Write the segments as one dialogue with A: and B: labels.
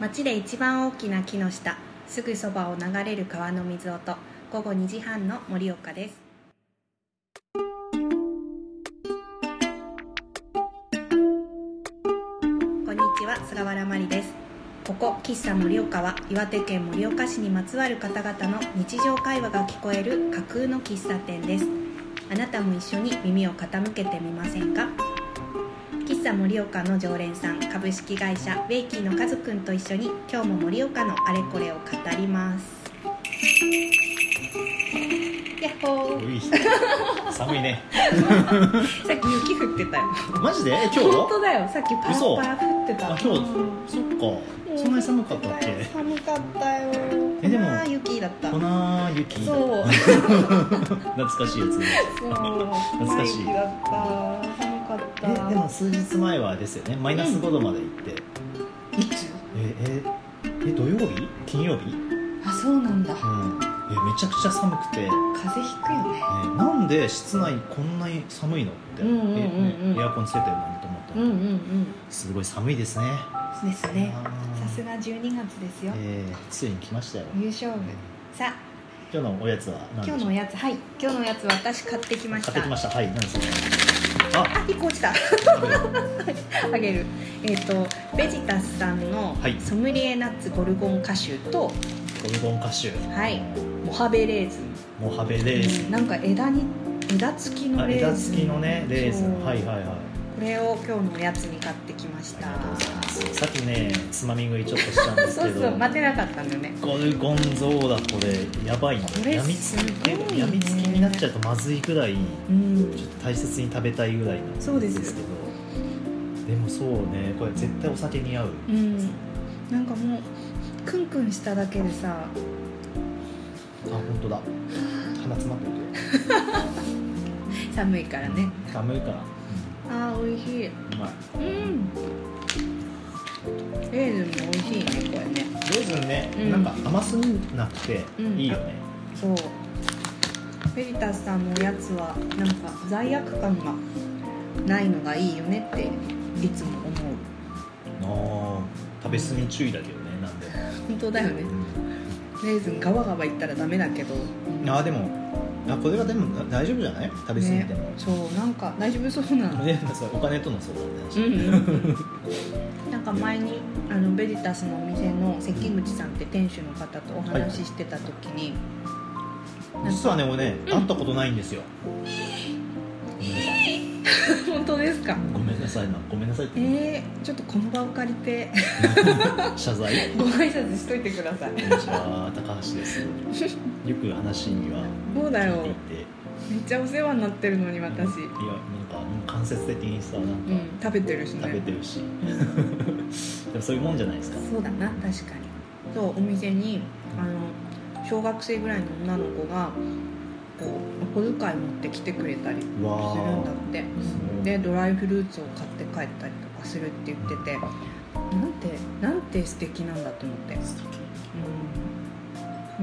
A: 町で一番大きな木の下すぐそばを流れる川の水音午後2時半の盛岡ですこんにちは菅原真理ですここ喫茶盛岡は岩手県盛岡市にまつわる方々の日常会話が聞こえる架空の喫茶店ですあなたも一緒に耳を傾けてみませんか喫茶盛岡の常連さん株式会社ウェイキーのカズくんと一緒に今日も盛岡のあれこれを語りますやっほー
B: うい寒いね
A: さっき雪降ってたよ
B: マジでえ今
A: 本
B: 日
A: 当だよさっきパラ
B: 嘘
A: パラ降ってた
B: あ今日
A: うん
B: そっかそんなに寒かったっけ
A: 寒かったよ
B: えでも
A: あー雪だった
B: 粉雪
A: そう
B: 懐かしいやつね
A: そう
B: 懐かしい
A: 雪だった寒かった
B: えでも数日前はですよねマイナス5度まで行って、
A: いつ
B: えええ土曜日金曜日、うん、え
A: あそうなんだ
B: めちゃくちゃ寒くて、ね
A: 風邪ひくよね
B: なんで室内こんなに寒いのって、
A: うんうんうんうん
B: えねエアコンつけてるのにと思った
A: うん
B: ら、
A: うんうん
B: すごい寒いですね
A: ですね
B: あー
A: さすが12月ですよ、
B: えーついに来ましたよ、
A: 優勝部さあ
B: 今日のおやつは何でし
A: 今
B: ょう
A: 日のおやつはい今日のおやつ私買ってきました
B: 買ってきましたはい何ですかあ
A: あ一個落ちた あげるえっ、とベジタスさんの
B: はい
A: ソムリエナッツゴルゴンカシューと、
B: ゴルゴンカシュー
A: はいモハベレーズ
B: モハベレーズ
A: ンなんか枝に枝付きの
B: あ
A: レー
B: 枝
A: ズン
B: 付きのねレーズ
A: そ
B: ン
A: う
B: はいはいはい
A: これを今日のおやつに買ってきまし
B: あり
A: た
B: がとうございますさっきねつまみ食いちょっとしたんです
A: そ
B: け
A: う
B: ど
A: そう待てなかったんだよね
B: ゴルゴンゾーラこれやばいね
A: これ
B: やみつ
A: すごいね
B: きやみつきになっちゃうとまずいぐらい
A: うん
B: ちょっと大切に食べたいぐらいなんですけ
A: そう
B: ど
A: です
B: でもそうねこれ絶対お酒に合う、
A: うんなんかもうクンクンしただけでさ
B: あ本当だ鼻詰まってるけ
A: 寒いから
B: ど
A: ね
B: 寒いから、
A: あー美味しい
B: うん、うまい
A: うんレーズンも美味しいねこれね
B: レーズンね、
A: うん
B: なんか甘すぎなくて
A: うん
B: いいよね、
A: そうフェリタスさんのおやつはなんか罪悪感がないのがいいよねっていつも思う
B: あー食べ過ぎ注意だけどねなんでも、
A: 本当だよねレーズンガバガバいったらダメだけど
B: あーでもあこれはでもな大丈夫じゃない食べ過ぎても、
A: ねそうなんか大丈夫そうなの
B: ねそう お金との相
A: う
B: 談だし、
A: ん なんか前にあのベジタスのお店の関口さんって店主の方とお話ししてた時に、なん
B: 実
A: か
B: はね俺ね、
A: ん
B: 会ったことないんですよ
A: 本当ですか
B: ごめんなさいなごめんなさいって、
A: えー、ちょっとこの場を借りて
B: 謝罪
A: ご挨拶しといてください
B: こんにちは高橋ですよく話には
A: そうだよ
B: 聞いていて
A: めっちゃお世話になってるのに私
B: いやなんかもう間接的にさなん
A: う
B: か
A: ん食べてるしね
B: 食べてるし、 でもそういうもんじゃないですか
A: そうだな確かにそうお店にあの小学生ぐらいの女の子がこうお小遣い持ってきてくれたりするん
B: うわ
A: だって
B: すごい
A: でドライフルーツを買って帰ったりとかするって言っててなんてなんて素敵なんだと思って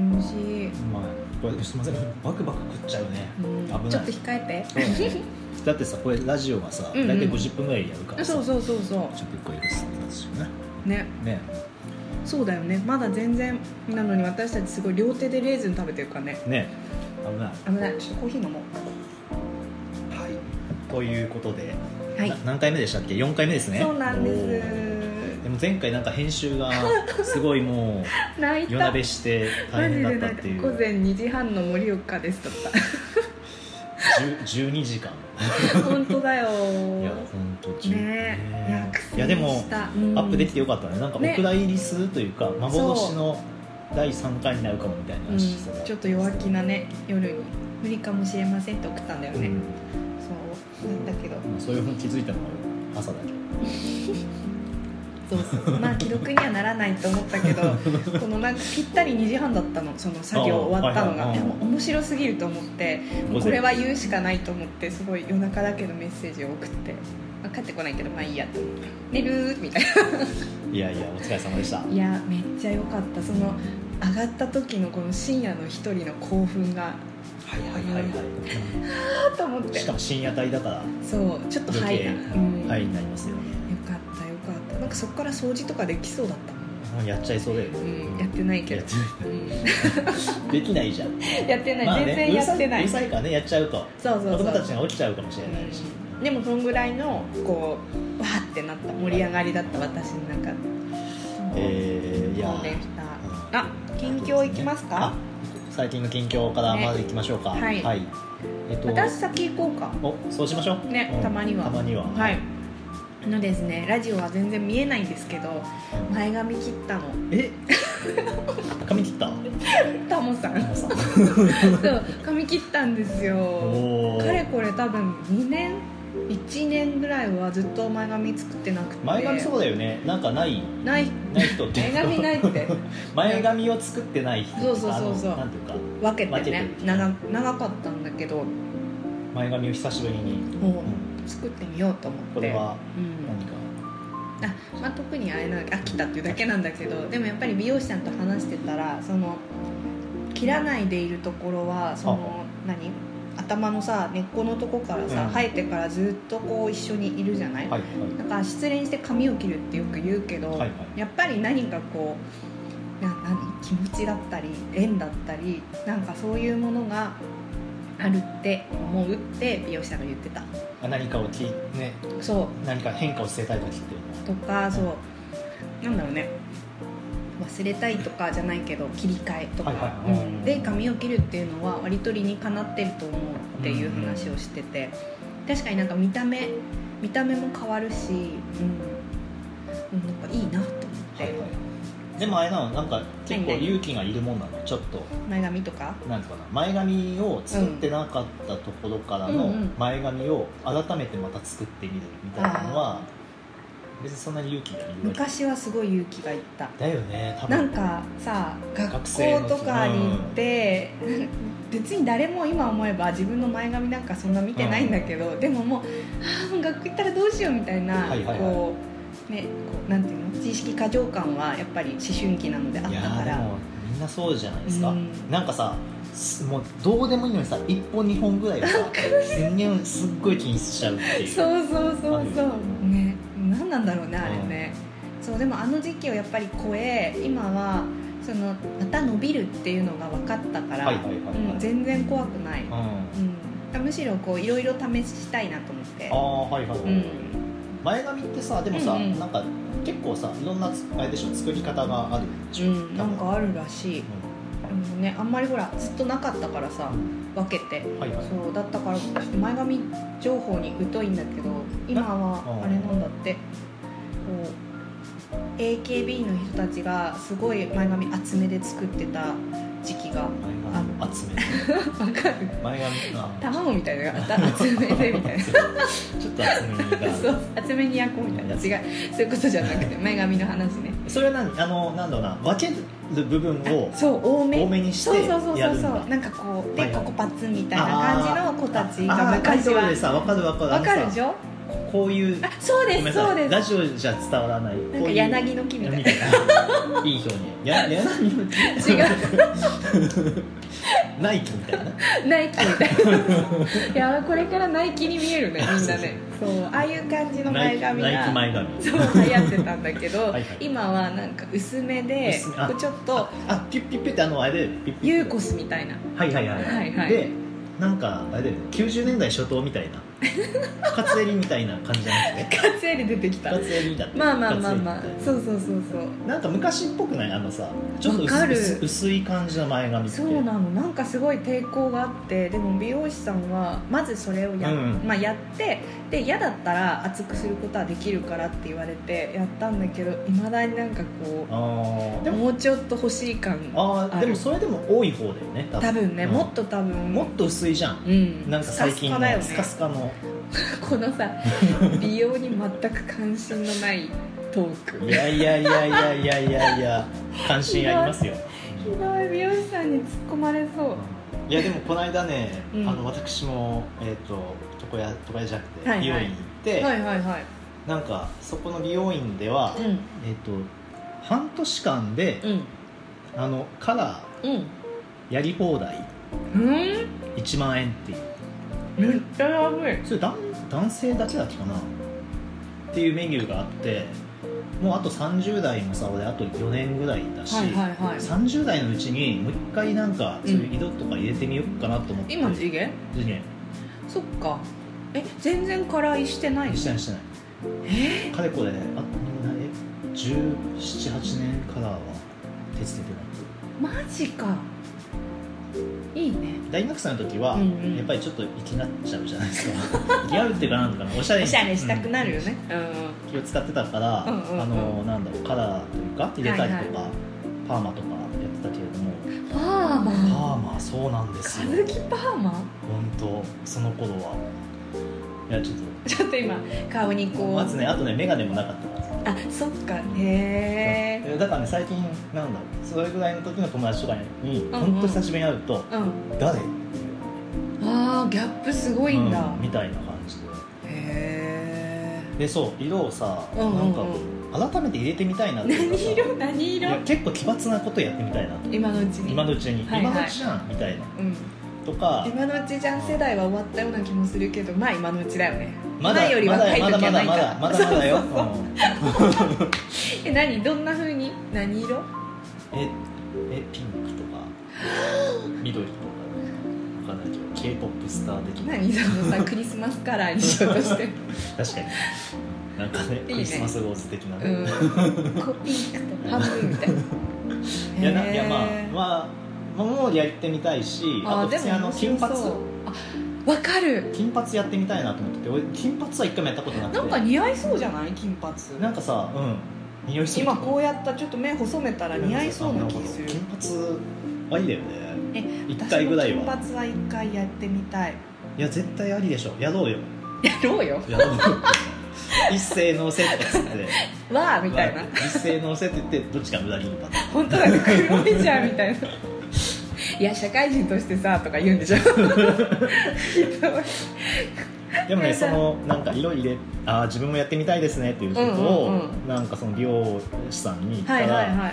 A: うん美味しい、う
B: まあ、これすみませんバクバク食っちゃうね
A: ん、
B: 危ない
A: ちょっと控え
B: そう
A: て
B: だねだってさこれラジオがさ
A: うんうん
B: 大体50分ぐらいやるからさ、
A: そうそうそうそ
B: 10分超えるって話ですよね
A: うね
B: ね
A: そうだよねまだ全然なのに私たちすごい両手でレーズン食べてるからね
B: ね危ない
A: 危ないちょっとコーヒー飲もう
B: はいということで、
A: はい
B: な何回目でしたっけ4回目ですね
A: そうなん
B: おー
A: で
B: でも前回なんか編 集がすごいも
A: す泣いう
B: 夜
A: た
B: なべして大変だったって
A: マジで
B: い
A: なんか午
B: う
A: 前2時半の盛岡ですだ っ
B: 10 12時間
A: た本当だよ
B: いや本当
A: ねえいや苦戦
B: いやでも
A: したア
B: アップでき
A: て
B: てよかったねなんかお
A: ね
B: 蔵入りするというか幻の第3回になるかもみたいな
A: うん、
B: 話してた
A: ちょっと弱気なね夜に無理かもしれませんって送ったんだよ
B: う
A: ね、
B: ん
A: そうだったけど
B: まあそういうふうに気づいたのは朝だけ
A: そうそうまあ既読にはならないと思ったけど このなんかぴったり2時半だったのその作業終わったの
B: あー
A: が
B: はいはいはい
A: でも面白すぎると思ってもうこれは言うしかないと思ってすごい夜中だけどメッセージを送って、まあ、帰ってこないけどまあいいやと思って寝るみたいない
B: やいやお疲れ様でした
A: いやめっちゃ良かったその上がった時のこの深夜の一人の興奮が
B: はいはいはいは
A: あーと思っ
B: い。
A: て
B: しかも深夜帯だから
A: そうちょっと
B: 余
A: ハイ
B: 計
A: な、うん
B: ハイになりますよね。
A: よかったよかったなんかそこから掃除とかできそうだったもん
B: うんやっちゃいそうだよね、
A: うんやってないけど
B: やってな
A: うん
B: いできないじゃん
A: やってない、全然やってな
B: う
A: い
B: るさうるさいからねやっちゃうと
A: そうそうそう
B: 子供たちが起きちゃうかもしれないし、
A: でもそんぐらいのこうわーってなった盛り上がりだった私の中で
B: えー、いや
A: そうでしたあ近況いきますか、
B: 最近の近況からまずいきましょうか、
A: ねはい
B: えっと
A: 私先行こうか
B: おそうしましょう
A: ね
B: うん
A: たまには
B: たまには
A: はいあのですねラジオは全然見えないんですけど前髪切ったの
B: え 髪切った
A: タモさ ん
B: さ
A: そう髪切ったんですよ
B: お
A: かれ
B: ー
A: これ多分2年1年ぐらいはずっと前髪作ってなくて
B: 前髪そうだよねなんかない
A: ない
B: ない人って
A: 前髪ない って
B: 前髪を作ってない人
A: そうそうそうそう
B: あのなんていうか
A: 分けて
B: 分けて
A: ね
B: る
A: 長長かったんだけど
B: 前髪を久しぶりに、
A: も
B: う
A: う
B: ん
A: 作ってみようと思って
B: これは
A: うん
B: 何か
A: あまあ、特にあれなんだ飽きたっていうだけなんだけどでもやっぱり美容師さんと話してたらその切らないでいるところはその何頭のさ根っこのとこからさ、
B: うん
A: 生えてからずっとこう一緒にいるじゃない、
B: はい
A: だから失恋して髪を切るってよく言うけど、
B: はいはいはい
A: やっぱり何かこうな何気持ちだったり縁だったりなんかそういうものがあるって思うって美容師さんが言ってた
B: あ何かをきね
A: そう
B: 何か変化を捨てたい時っていう
A: とかそうなんだろうね忘れたいとかじゃないけど切り替えとか、
B: はいはいはい
A: うんで髪を切るっていうのは割と理にかなってると思うっていう話をしてて、確かになんか見た目見た目も変わるし、うんうん、なんかいいなと思って、
B: のは、はいはい、でもあれなのなんか結構
A: 何々
B: 勇気がいるもんなのちょっと
A: 前髪とか
B: なんていうかな前髪を作ってなかったところから
A: う
B: の
A: んうん
B: 前髪を改めてまた作ってみるみたいなのは別にそんなに勇気がいるわけ
A: 昔はすごい勇気がいった
B: だよね多分
A: なんかさ
B: 学生
A: 学
B: の
A: 校とかに行って、別に誰も今思えば自分の前髪なんかそんな見てないんだけど、でももうああもう学校行ったらどうしようみたいな、
B: はいはいはい
A: こうねこうなんていうの自意識過剰感はやっぱり思春期なのであっ
B: い
A: た
B: や
A: か
B: ーで
A: ら
B: もみんなそうじゃないですか、
A: うん
B: なんかさすもうどうでもいいのにさ1本2本ぐらいは さ人間すっごい気にしちゃうっていう
A: そうそうそうそ
B: あ
A: うね何なんだろうねあれね、そうでもあの時期をやっぱり超え今はそのまた伸びるっていうのが分かったから、
B: はいはいはいはい
A: うん全然怖くない、
B: うんあ
A: うん、むしろこういろいろ試したいなと思って
B: あはいはいはい、
A: うん、
B: 前髪ってさでもさ、
A: うんうん
B: なんか結構さいろんなつあれでしょ作り方があるでし
A: う
B: ょ、
A: ん、なんかあるらしいでもねあんまりほらずっとなかったからさ
B: 多分、
A: 分けて
B: うんはいはい
A: そうだったからちょっと前髪情報に疎いんだけど今は
B: あ
A: あれなんだってこう AKB の人たちがすごい前髪厚めで作ってた時期が
B: 前髪を集める
A: わかる
B: 前髪が
A: 卵みたいなのがあ った厚めでみたいな
B: ちょっと厚めにが
A: そう厚めに焼こうみたいな違うそういうことじゃなく て前髪の話ね
B: それは何あのなんだろうな分ける部分を
A: そう多め
B: 多めにし
A: そう
B: て
A: そうそう
B: や
A: そ
B: る
A: うんそ
B: だ
A: うなんかこうで、
B: はいはい
A: ここパツみたいな感じの子たちが
B: あー
A: 昔
B: タイトルで
A: は
B: さ分かる分かる
A: わかるでし
B: ょ
A: ょ
B: こういう
A: あそう
B: ごめん
A: です
B: な
A: そ
B: さ
A: う
B: い
A: です
B: ラジオじゃ伝わらない
A: なんか柳の木みたいな
B: みたいないい表現や柳の木
A: 違
B: ナイキみたいな
A: ナイキみたい ないやこれからナイキに見えるねみんなねそうああいう感じの
B: ナ
A: 前
B: イキ
A: 髪
B: ナイキ
A: が
B: 前髪
A: そう流行ってたんだけど
B: はいはい
A: 今はなんか薄めで
B: 薄めあ
A: こうちょっと
B: あピュッピュッピュってあのあれだよねピュッピュ
A: ユ
B: ッ
A: ーコスみたいな
B: はいはいはい
A: はいはい
B: でなんかあれだよね90年代初頭みたいなカツエリみたいな感じじゃなくて
A: カツエリ出てきた
B: カツエリだって
A: まあまあまあまあ
B: カツエリみた
A: そ
B: いな
A: うそうそうそう
B: なんか昔っぽくないあのさちょっと
A: わか
B: 薄
A: る
B: 薄薄い感じの前髪って
A: そうなのなんかすごい抵抗があってでも美容師さんはまずそれをや,、
B: うんうん
A: まあ、やってで嫌だったら厚くすることはできるからって言われてやったんだけどいまだになんかこ
B: あー
A: う
B: でも
A: もうちょっと欲しい感
B: あー
A: あ
B: で
A: る
B: もそれでも多い方だよね多分
A: 多分ね、
B: うん
A: もっと多分
B: もっと薄いじゃん
A: うん
B: なんか最近の
A: スカスカだよね
B: スカスカの
A: この さ美容に全く関心のないトーク
B: いやいやいやいやいやいやいや関心ありますよ
A: ひどい美容師さんに突っ込まれそう
B: いやでもこの間ね、
A: うん
B: あの私もえっ、と床屋床屋じゃなくて、
A: はいはい
B: 美容院に行って、
A: はいはいはい
B: なんかそこの美容院では、
A: うん
B: えっ、と半年間で、
A: うん
B: あのカラ
A: うん
B: ーやり放題
A: うん
B: 1万円っていう
A: めっちゃやばい
B: それ男男性だけだったかなっていうメニューがあってもうあと30代もさ俺あと4年ぐらいだし、
A: はいはいはい
B: 30代のうちにもう一回なんかそういう井戸とか入れてみようかなと思って、
A: 今地毛
B: 次元
A: そっかえ全然辛いしてないの
B: してないしてない
A: え
B: かれこれあえ1718年からは手伝ってな
A: マジかいいね
B: い大学生の時は、
A: うんうん
B: やっぱりちょっと生きなっちゃうじゃないですか 生き合うっていうかなんとかなおしゃれ
A: お
B: に
A: しゃれしたくなるよねうん、
B: うん気を使ってたから、
A: うんうんうん
B: あのなんだろうカラーというか入れたりとか、パーマとかやってたけれども
A: パーマ
B: パーマそうなんです
A: カ
B: よ
A: ズキパーマ
B: 本当その頃はいやちょっ
A: ちょっと今顔に
B: と
A: こう
B: まずねあとね眼鏡もなかったから
A: あそっかへえ
B: だからね最近なんだろうそれぐらいの時の友達とかに
A: んうん
B: 本当久しぶりに会うと
A: うん
B: 「誰?」って
A: あーギャップすごいんだ、
B: うんみたいな感じで
A: へ
B: でそう色をさ、
A: うんうんうん
B: なんか改めて入れてみたいなって
A: え
B: いうかさ
A: 何色何
B: い
A: 色
B: や結構奇抜なことやってみたいなと
A: 今のうちに
B: 今のうちに、
A: はいはい
B: 今のうちじゃんみたいな
A: うん、
B: とか
A: 今のうちじゃん世代は終わったような気もするけどまあ今のうちだよね
B: まだ
A: 前より
B: まだ
A: 若い
B: まだ
A: 時
B: ま
A: はな
B: だ
A: い
B: ま
A: から
B: だまだまだよ、
A: そうそうそう
B: うん
A: え何どんな風に何色
B: ええピンクとか緑とかわかんないけど k p o p スター的な
A: 何その さクリスマスカラーにしようとして
B: 確かになんかねクリスマスローズ的なね
A: うんこうピンクと半分みたいない
B: やないやまあ
A: へー
B: まあ、まあ、もうやってみたいしあ
A: あ
B: と普
A: で
B: 通に
A: も
B: あの金髪
A: 面白そうあわかる
B: 金髪やってみたいなと思ってて俺金髪は一回もやったことなくて
A: なんか似合いそうじゃない金髪
B: なんかさうん匂いそう
A: 今こうやったちょっと目細めたら似合いそうな気する
B: 金髪はいいだよね
A: え
B: 一回ぐらいは
A: 私も金髪は一回やってみたい
B: いや絶対ありでしょやろうよ
A: やろうよ
B: やろうよ一斉のせっつって
A: わあみたいな
B: まあ一斉のせって言ってどっちか無駄にパターン
A: 本当だね黒いじゃんみた いないや社会人としてさとか言うんでしょ
B: でも
A: え
B: ね
A: ー
B: そのなんか色入れあー自分もやってみたいですねっていうことを、
A: うんうん
B: なんかその美容師さんに言っ た
A: はい
B: ら、
A: はいいは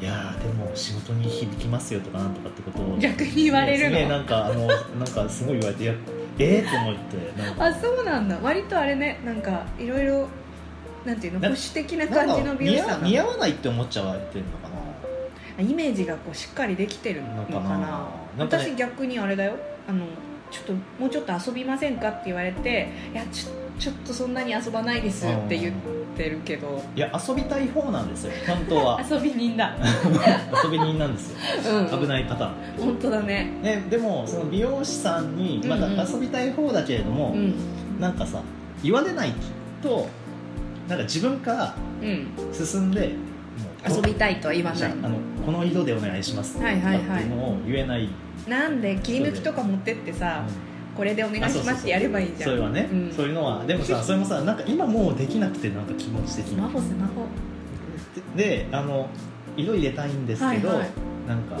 A: い
B: やーでも仕事に響きますよとかなんとかってことを
A: 逆に言われるの、
B: ねねなんかあのなんかすごい言われていやえー、と思ってなんか
A: あそうなんだ割とあれねなんかいろいろなんていうの保
B: なん
A: 守的な感じ
B: な
A: の
B: んか
A: 美容
B: 似
A: 師
B: 合
A: さ
B: うん似
A: な
B: 合わないって思っちゃわれてるのかな
A: イメージがこうしっかりできてるの
B: の
A: か
B: か
A: な
B: ななんかね
A: 私逆にあれだよあのちょっともうちょっと遊びませんかって言われていやちょちょっとそんなに遊ばないですって言ってるけど
B: いや遊びたい方なんですよ本当 は
A: 遊び人だ、
B: 遊び人なんですよ
A: うん、
B: 危
A: い
B: ないパターン
A: 本当だね
B: ね、でもその美容師さんに
A: うん
B: ま
A: うん
B: だ遊びたい方だけれども、
A: うん
B: なんかさ言われないとなんか自分から
A: うん
B: 進んでもう
A: 遊びたいとは言わ
B: じ
A: な
B: ゃあ
A: い
B: あのこの色でお願いしますとか
A: は
B: っ
A: い
B: て
A: はいはい
B: いうのを言えない、
A: なんで切り抜きとか持ってってさこれでお願いしますってやればいいじゃ
B: それ
A: ん
B: はね、
A: うん
B: そういうのはで もさそれもさなんか今もうできなくてなんか気持ち的
A: ス
B: に
A: マホスマホ
B: でであの色入れたいんですけど、
A: はいはい
B: なんか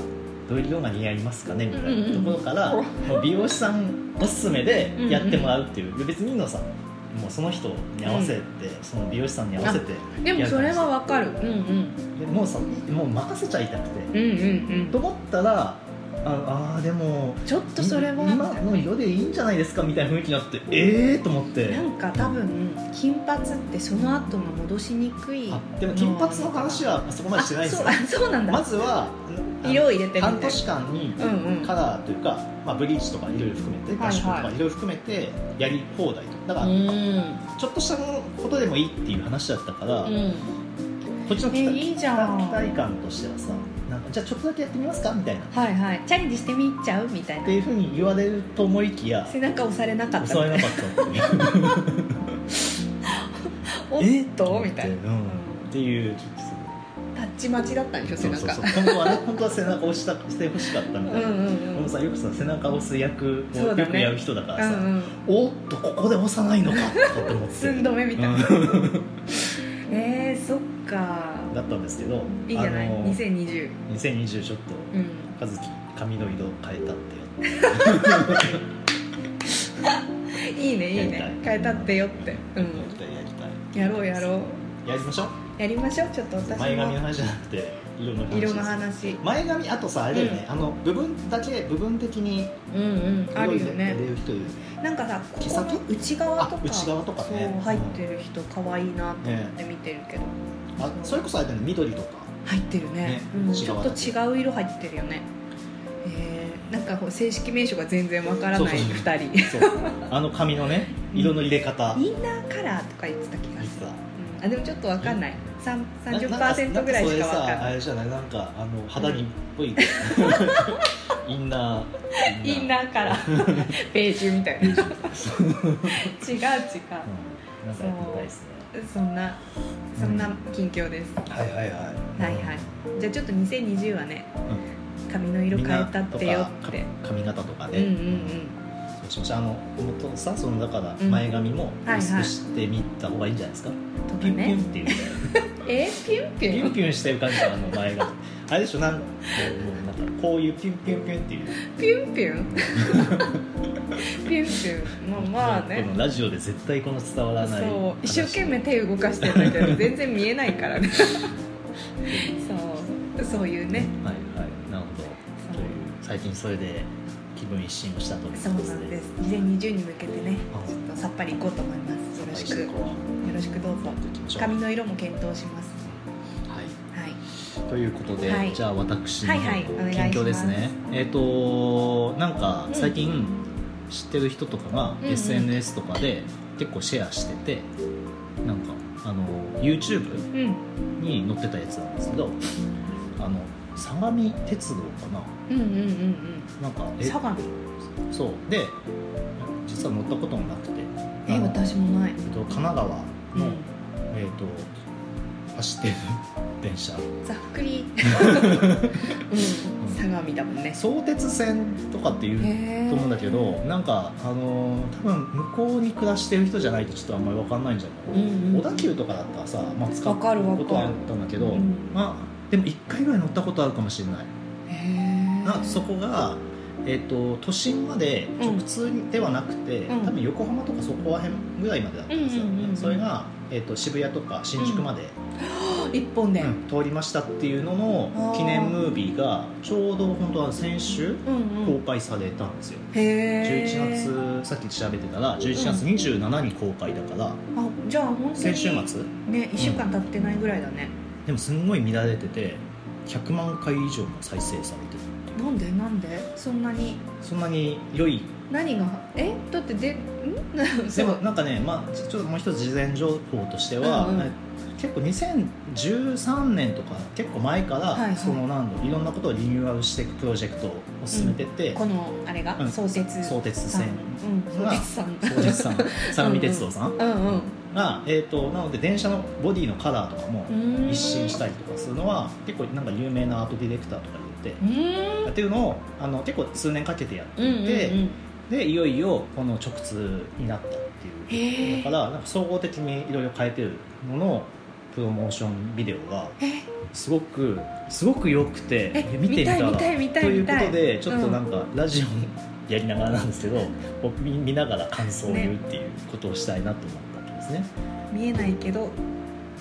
B: どういう色が似合いますかねみた
A: うん
B: い
A: うん
B: な
A: うん
B: ところから、もう美容師さんおすすめでやってもらうっていう、別にいいのさもうその人に合わせて、その美容師さんに合わせて
A: でもそれはわかるうん
B: でもうさもう任せちゃいたくて、
A: うんうんうん
B: と思ったらああーでも
A: うんちょっとそれは
B: 今の色でいいんじゃないですかみたいな雰囲気になってええー、と思って
A: なんか多分金髪ってその後が戻しにくい
B: あでも金髪の話はそこまでしてないですよ
A: あそうあ そうなんだ、
B: まずはあの
A: 色を入れてみたい
B: 半年間に
A: うんうん
B: カラーというか、まあ、ブリーチとかいろいろ含めて
A: はい
B: 合宿とかいろいろ含めてやり放題とだから、
A: うん
B: ちょっとしたことでもいいっていう話だったから、
A: うん
B: こっちの期
A: え
B: 待
A: いいじゃん
B: 期待感としてはさなんかじゃあちょっとだけやってみますかみたいなっ
A: はいはいチャレンジしてみちゃうみたい
B: て
A: な
B: いうふうに言われると思いきや
A: 背中押されなかった
B: 襲
A: み
B: わ
A: たいな
B: れなかったっていう
A: お
B: え
A: っとみたいな
B: うんっていうちょっとす
A: タッチ待ちだったんでしょ背
B: ごい
A: 中
B: そうそうそう本当はね本当は背中押したしてほしかったみた
A: う
B: いな、
A: ん
B: で
A: うんう
B: も
A: ん
B: さよくさ背中押す役を
A: そうだ
B: よ
A: ね
B: くやる人だからさ、
A: うんうん
B: おっとここで押さないのかとか思って
A: 寸止めみたいな、
B: うん
A: えー、そっか
B: だったんですけど
A: いいんじゃない、
B: あの
A: 2020
B: 2020ちょっと
A: うん
B: 和樹髪の色変えたってよ
A: いいねいい
B: や
A: ね
B: りた
A: 変えたってよってう
B: やり
A: ん
B: たいやりたい
A: やろうやろ
B: やりましょう
A: うやりましょうちょっと私
B: 前髪の
A: も
B: 話じゃなくて色の話です
A: 色の話
B: 前髪あとさあれだよね、あの部分だけ部分的に
A: うんうんあ
B: 色
A: る
B: 入
A: よ
B: れ
A: ね
B: る人いるよね
A: なんかさこ
B: 毛
A: こ
B: 先
A: の内側と
B: あ
A: か
B: 内側とかね
A: そう入ってる人可愛いなと思って見てるけど、
B: うあそれこそあれだよね緑 とか
A: 入ってるね
B: ね
A: うん
B: 違う
A: ちょっと違う色入ってるよねえーなんかこう正式名称が全然わから
B: そう
A: な
B: そう
A: い
B: そう
A: 2人
B: そうあの髪のね色の入れ方
A: インナーカラーとか言ってた気がす
B: 実
A: る、う
B: は
A: んあでもちょっとわかんないさん
B: な
A: 30%ぐらいしかわかん
B: んかそれさあ
A: ない
B: れじゃないなんかあの肌にっぽい インナー
A: インナーカラ ーベージュみたいな違う違う
B: うんなんかやってみたいですね
A: そんなそんな近況です、
B: はいはいは
A: は
B: い
A: いはいじゃあちょっと2020はね、髪の色
B: みん
A: 変え
B: な
A: たってよ
B: と
A: っ
B: か
A: て
B: か髪型とか
A: う
B: ね、
A: んうん
B: そうしましょうあの元さそのだから
A: うん
B: 前髪も
A: はいはい
B: 薄くしてみた方がいいんじゃないですか、
A: うんとか
B: ピュンピュン
A: ね
B: っていう
A: えー、ピュンピ
B: ピ
A: ュ
B: ュン
A: ン
B: ピュンしてる感じのあの前髪あれでしょなんかこうもうなんかこういうピュンピュンピュンってい
A: ピ
B: う
A: ュンピュン ピュンピュンまあま あ
B: こ
A: ね
B: のラジオで絶対この伝わらない
A: そう一生懸命手動かしてるんだけど全然見えないからねそうそういうね
B: はいはいなるほどという最近それで気分一新をしたというこ
A: そう
B: と
A: なんです2020に向けてね
B: はい
A: ちょっとさっぱりいこうと思いますよろしくよろしくどうぞ
B: 髪
A: 髪の色も検討します
B: はい
A: はい
B: ということで、
A: はい
B: じゃあ私の
A: はいはいお願いしま
B: 近
A: す
B: 況ですね、えっ、となんか
A: うん
B: 最近知ってる人とかが
A: んうん
B: SNS とかで結構シェアしててなんかあの YouTube
A: うん
B: に載ってたやつなんですけどあの相模鉄道かな
A: うんうんうん
B: なんか
A: うん
B: え
A: 相模
B: そうで実は乗ったこともなくて
A: え
B: あの
A: 私もない
B: えっと神奈川の、
A: うん
B: えっと走ってる電車
A: ざっく りうん相模だもんね
B: 相鉄線とかっていう
A: へー
B: と思うんだけどなんか、あのー多分向こうに暮らしてる人じゃないとちょっとあんまり分かんないんじゃない、
A: うんうん
B: 小田急とかだったらさ、まあ、使
A: わかるわか
B: う
A: る
B: ことはあったんだけど、
A: うん
B: まあ、でも1回ぐらい乗ったことあるかもしれない、
A: へえ
B: なそこが、えー、と都心まで
A: うん
B: 直通ではなくて、
A: うん
B: 多分横浜とかそこら辺ぐらいまでだったんですよ、
A: うんうんうんうん
B: それが、えー、と渋谷とか新宿まで、
A: 一本で
B: うん通りましたっていうのの
A: あー
B: 記念ムービーがちょうど本当は先週
A: うん
B: 公開されたんですよ、
A: へえ
B: 11月さっき調べてたら11月27に公開だから、
A: あじゃあ本当に
B: 先週末
A: ね1週間経ってないぐらいだね、
B: でもすんごい見られてて100万回以上も再生されてる
A: なんでなんでそんなに
B: そんなに良い
A: 何がえだってでん
B: で
A: そ
B: も
A: う
B: なんかね、まあ、ちょっともう一つ事前情報としては、
A: うんうん
B: 結構2013年とか結構前から、
A: はいはい
B: そのなんだろういろんなことをリニューアルしていくプロジェクトを進めてて、
A: このあれが、
B: うん
A: 創設
B: 相鉄
A: さん
B: 線
A: うん相
B: が
A: 鉄さん
B: 相鉄さん相模鉄道さん
A: うんうん
B: が、えー、となので電車のボディのカラーとかも
A: うーん
B: 一新したりとかするのは結構なんか有名なアートディレクターとか言って
A: う。ーん
B: っていうのをあの結構数年かけてやって
A: うんうんうん
B: て、でいよいよこの直通になったってい
A: へ
B: うだ
A: え
B: からなんか総合的にいろいろ変えてるののプロモーションビデオが
A: え
B: すごくすごく良くて
A: え
B: 見てみたら
A: 見たい見たい見たい
B: ということで
A: 見たい
B: ちょっとなんか、ラジオやりながらなんですけどを見見ながら感想を言うっていうことをしたいなと思ったわけですね
A: 見えないけど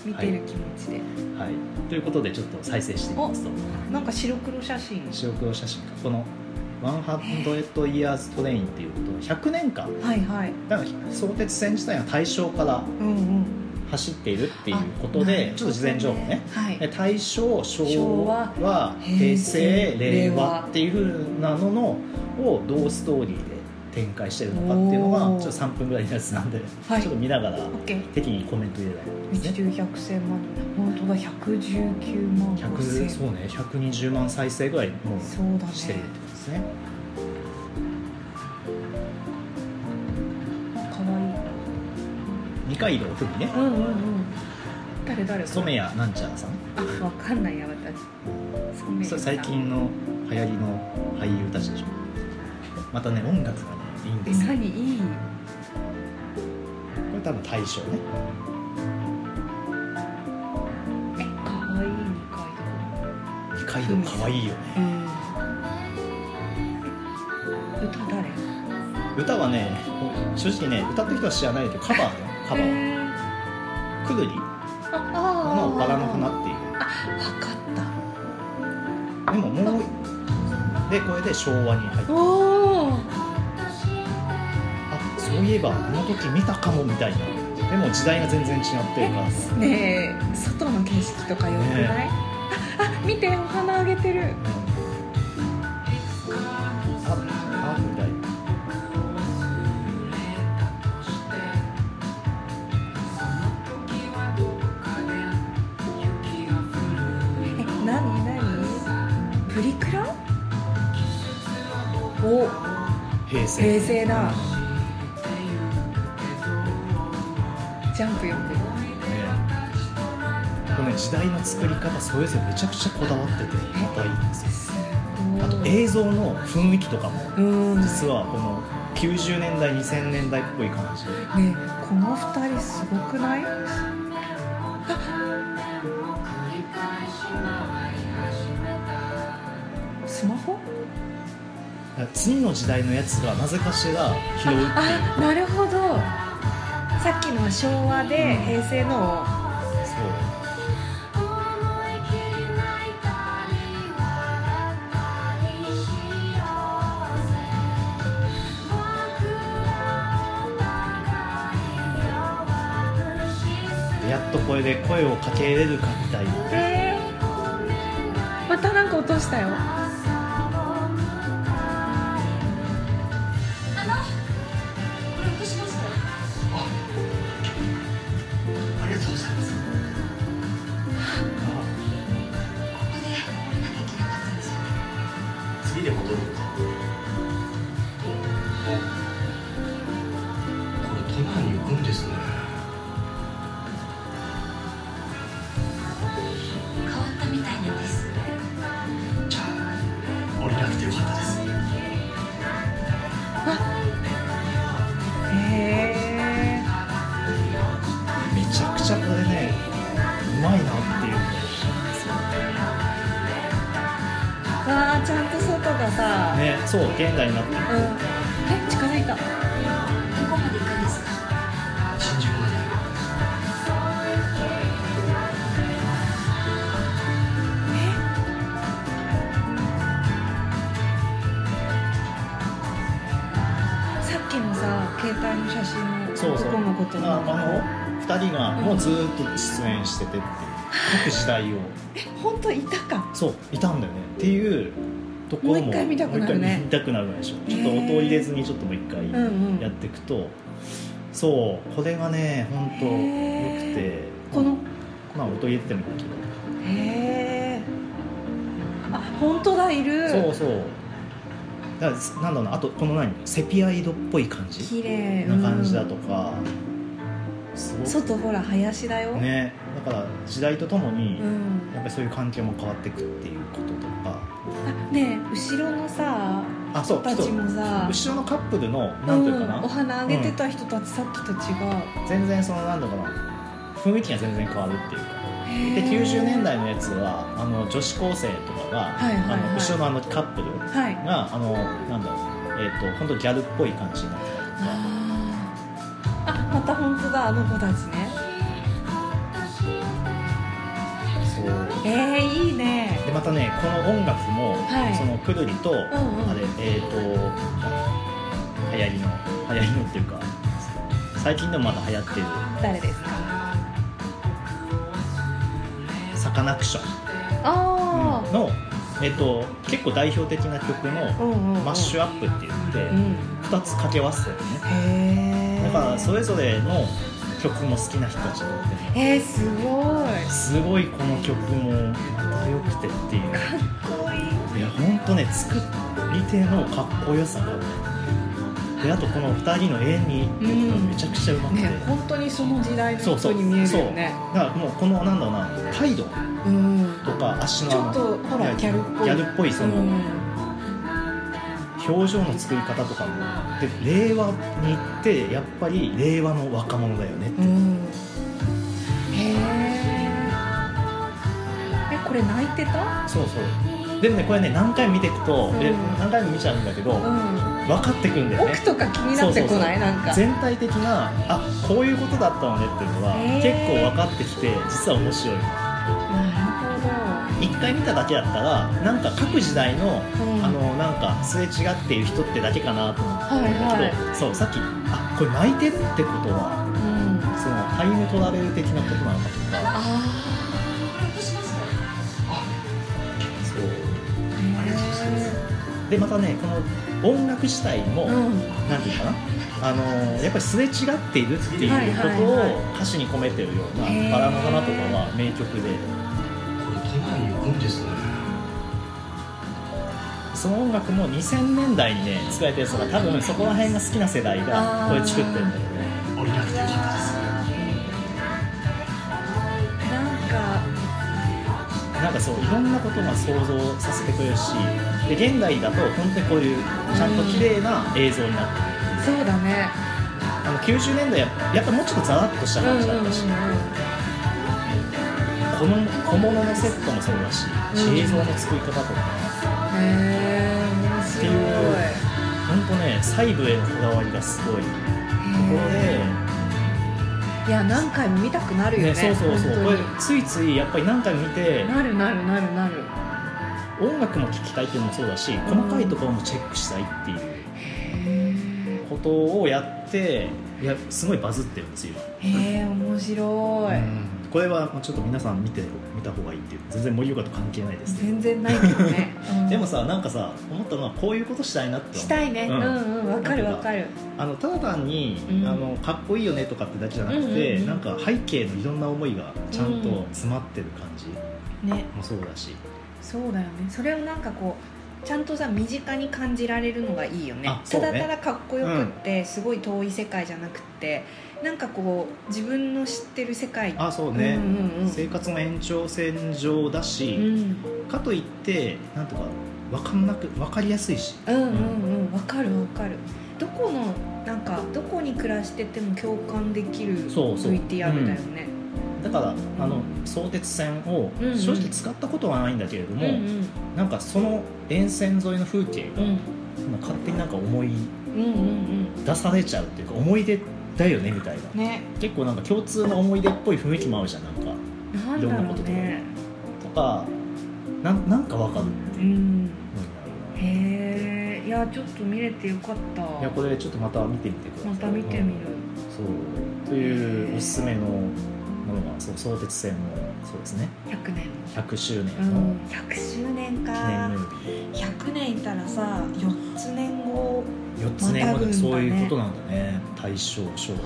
A: 見てる気持ちで、
B: はい、ということでちょっと再生してみますと
A: なんか白黒写真
B: 白黒写真かこの「100 years train」っていうこと100年間
A: はいはい
B: なんか相鉄線自体が大正から
A: うんうん
B: 走っているっていうこと
A: あなる
B: で
A: ほど
B: ちょっと事前情報ね
A: はい
B: え大正昭
A: 昭
B: 和
A: 和
B: 平
A: 平
B: 成
A: 成
B: 令
A: 令
B: 和
A: 和
B: っていうふうなののをどうストーリーで展開してるのかっていうのがちょ
A: お
B: っ
A: ー
B: と3分ぐらいのやつなんで、
A: はい
B: ちょっと見ながら
A: OK
B: 適宜コメント入れたい
A: 一
B: ですね
A: 0 100千万本当だ119万
B: 100
A: 5千
B: そうね120万再生ぐらいもう
A: そうだね
B: してるってことですね
A: かわいい
B: 二階堂ふみね
A: うんうんうん誰誰
B: 染谷なんちゃらさん、
A: あわかんないや私染谷
B: そ
A: さん
B: れ最近の流行りの俳優たちでしょまたね音楽がねいいんで
A: え
B: すよ
A: 何いい
B: これ多分大賞ね
A: えかわいい二階
B: 二階堂可愛いよね
A: 堂うん歌誰
B: 歌はね正直ね歌ってる人は知らないけどカバーねカバー
A: へー
B: くるり
A: ああ
B: のバラの花
A: わ
B: っていう
A: かった
B: でももうでこれで昭和に入って
A: おお
B: あそういえばあの時見たかもみたいなでも時代が全然違っています
A: ねえ外の景色とかよくない、
B: ね
A: ああ見てお花あげてる
B: ああみたい
A: えなになにプリクラお
B: 平成
A: 平成だジャンプよく
B: ねこのね時代の作り方それぞれめちゃくちゃこだわっててまたいいんですよ
A: す
B: あと
A: ごい
B: 映像の雰囲気とかも
A: うんね
B: 実はこの90年代2000年代っぽい感じ
A: えこの二人すごくないあスマホ
B: 次の時代のやつがなぜかしら拾うっていう
A: あなるほどさっきのは昭和で平成のを
B: そうでやっとこれで声をかけれるかみたいな
A: えーまたなんか落としたよ
C: ありがとうございます。
B: あ
C: ここで降りなきゃいけなかったんですよね。次で戻るんだ。これ都内に行くんですね。変わったみたいなんです。じゃあ降りなくてよかったです。
A: へ
B: めちゃくちゃこれねうまいなっていうのが
A: ーわあちゃんと外がさ、
B: ねそう現代になってる
A: うんえ近づいた
C: どこまで行くんですか。新宿まで。
A: さっきのさ携帯の写真の
B: そうそう
A: 男の子と
B: あ
A: の
B: あの2人がもうずーっと出演しててっていう各時代を
A: え本当いたか
B: そういたんだよねっていうところも
A: もう一回見たくなるね
B: もう一回見たくなるでしょ
A: ー
B: ちょっと音を入れずにちょっともう一回
A: うんうん
B: やっていくと、そうこれがね本当良くて
A: へこの
B: まあ音入れててもいいけど、
A: へえあ本当だいる
B: そうそうだからなんだろうなあとこの何セピア色っぽい感じ
A: 綺麗
B: な感じだとか、す
A: うん
B: ご
A: 外ほら林だよ、
B: くねだから時代とともに、
A: うん
B: やっぱりそういう環境も変わっていくっていうこととか
A: あねえ後ろのさ
B: あそう
A: たちもさ
B: 後ろのカップルのなんていうかな、
A: うんお花あげてた人たちさっきと違う、
B: 全然そのなんだかな雰囲気が全然変わるっていうか
A: へ
B: で
A: え
B: 90年代のやつはあの女子高生とかが、
A: はいはいはい
B: あの後ろのあのカップル
A: はい
B: があのなんだろうえっ、と本当ギャルっぽい感じになってたりとか
A: あーあまた本当だあの子たちね
B: そう
A: えー、いいね
B: でまたねこの音楽も、
A: はい
B: そのくるりと、
A: うん
B: あれえっ、と流行りの流行りのっていうか最近でもまだ流行ってる
A: 誰ですか
B: サカナクション
A: ああ、
B: の、えっと、結構代表的な曲
A: う
B: の
A: んうんうん、
B: マッシ
A: ュ
B: ュアップって言って
A: うん
B: 2つ掛け合わせてるね
A: へえ
B: だからそれぞれの曲も好きな人たちがいて
A: えー、すごい
B: すごいこの曲もまた良くてっていう
A: かっこいい
B: いやほんとね作り手のかっこよさがであとこの2人の縁に
A: うん
B: めちゃくちゃうまくて、
A: ね本当にその時代の
B: そうそ
A: 人
B: う
A: に見えるよね
B: そうだからもうこのなんだろうな態度
A: うん
B: とか足の
A: ちょ
B: あ
A: っ
B: の
A: とほら
B: い
A: ギ
B: や
A: ャルっぽい
B: ギャルっぽいその、
A: うん
B: 表情の作り方とかもで令和に行ってやっぱり令和の若者だよねって、
A: うんへええこれ泣いてた
B: そうそうでもねこれね何回も見ていくと、
A: うん
B: え何回も見ちゃうんだけど、
A: うん
B: 分かってくんだよね
A: 奥とか気になってこないなんか
B: 全体的なあこういうことだったのねっていうのは
A: へー
B: 結構分かってきて実は面白い
A: なる
B: 一回見ただけだったらなんか各時代の、
A: ほど、うん
B: あのなんかすれ違っている人ってだけかなと思って
A: はいはい
B: そうさっきあこれ泣いてるってことは
A: うん
B: そのタイムトラベル的なことなのかとか
A: あ
C: これ落としますかあ
B: そう
C: ありがとうございます
B: でまたねこの音楽自体も、
A: あうん
B: なんていうかなあのやっぱりすれ違っているって
A: はい
B: いうこ
A: はい
B: と
A: はい
B: を歌詞に込めてるような
A: へー
B: 「バラの花」とかは名曲で
C: これ都内に行くんですね
B: その音楽も2000年代にね作られたやつが多分そこら辺が好きな世代が
A: あー
B: これ作ってるんだよね
C: 降りなくてよかったです
A: なんか
B: なんかそういろんなことが想像させてくれるしで現代だと本当にこういうちゃんと綺麗な映像になってる
A: そうだね
B: あの90年代はやっぱもうちょっとザラッとした
A: うんうん
B: 感
A: うん
B: じだ
A: う
B: っ
A: ん
B: たしこの小物のセットもそうだし
A: うん
B: 映像の作り方とか
A: へえ面白い
B: 本当ね細部へのこだわりがすごいところで
A: へーいや何回も見たくなるよね
B: ね、そうそうそうこ
A: 本
B: れ
A: 当に
B: ついついやっぱり何回も見て
A: なるなるなるなる
B: 音楽も聴きたいっていうのもそうだし細かいところもチェックしたいっていう
A: へ
B: ことをやっていやすごいバズってるんですよ、
A: え面白い、
B: うんこれはもうちょっと皆さん見て見た方がいいっていう全然森岡と関係ないですけど
A: 全然ないけどね、うん
B: でもさなんかさ思ったのはこういうことしたいなって思う
A: したいね、う、
B: うんん
A: うんわかるわかる
B: あのただ単に、
A: うん
B: あのかっこいいよねとかってだけじゃなく
A: うん
B: て、
A: うんうん
B: なんか背景のいろんな思いがちゃんと詰まってる感じ
A: ね
B: もそうだし、
A: そうだよねそれをなんかこうちゃんとさ身近に感じられるのがいいよね
B: あそ
A: た
B: うね
A: だただかっこよくって、すごい遠い世界じゃなくってなんかこう自分の知ってる世界
B: あそうね、
A: うんうんうん
B: 生活の延長線上だ
A: う
B: し、
A: ん、
B: かといってなんとか分かんなく分かりやすいし
A: うんうんうんわかるわかるどこのなんかどこに暮らしてても共感できる
B: そうそう
A: VTR だよね
B: だからあの相鉄線を
A: うんうん
B: 正直使ったことはないんだけれど
A: う
B: も、
A: んうん
B: なんかその沿線沿いの風景が、
A: うん
B: なんか勝手になんか思い
A: うんうんうん
B: 出されちゃうっていうか思い出だよねみたいな
A: ね
B: 結構なんか共通の思い出っぽい雰囲気もあるじゃんなんか
A: なん
B: いろ
A: だ
B: んな
A: ろ
B: こ
A: う
B: ととか
A: ね
B: とかなんなんか分かるって
A: う
B: いう、
A: ん
B: うん
A: へえいやちょっと見れてよかった
B: いやこれちょっとまた見てみてください
A: また見てみる、
B: そうというおすすめのものがそう相鉄線のそうですね
A: 100年
B: 100周年
A: う
B: の
A: ん、100周年
B: 記念
A: か
B: ムービー、
A: 100年いたらさ4つ年後
B: 4つ年後で
A: またぐんだね
B: そういうことなんだね大正昭和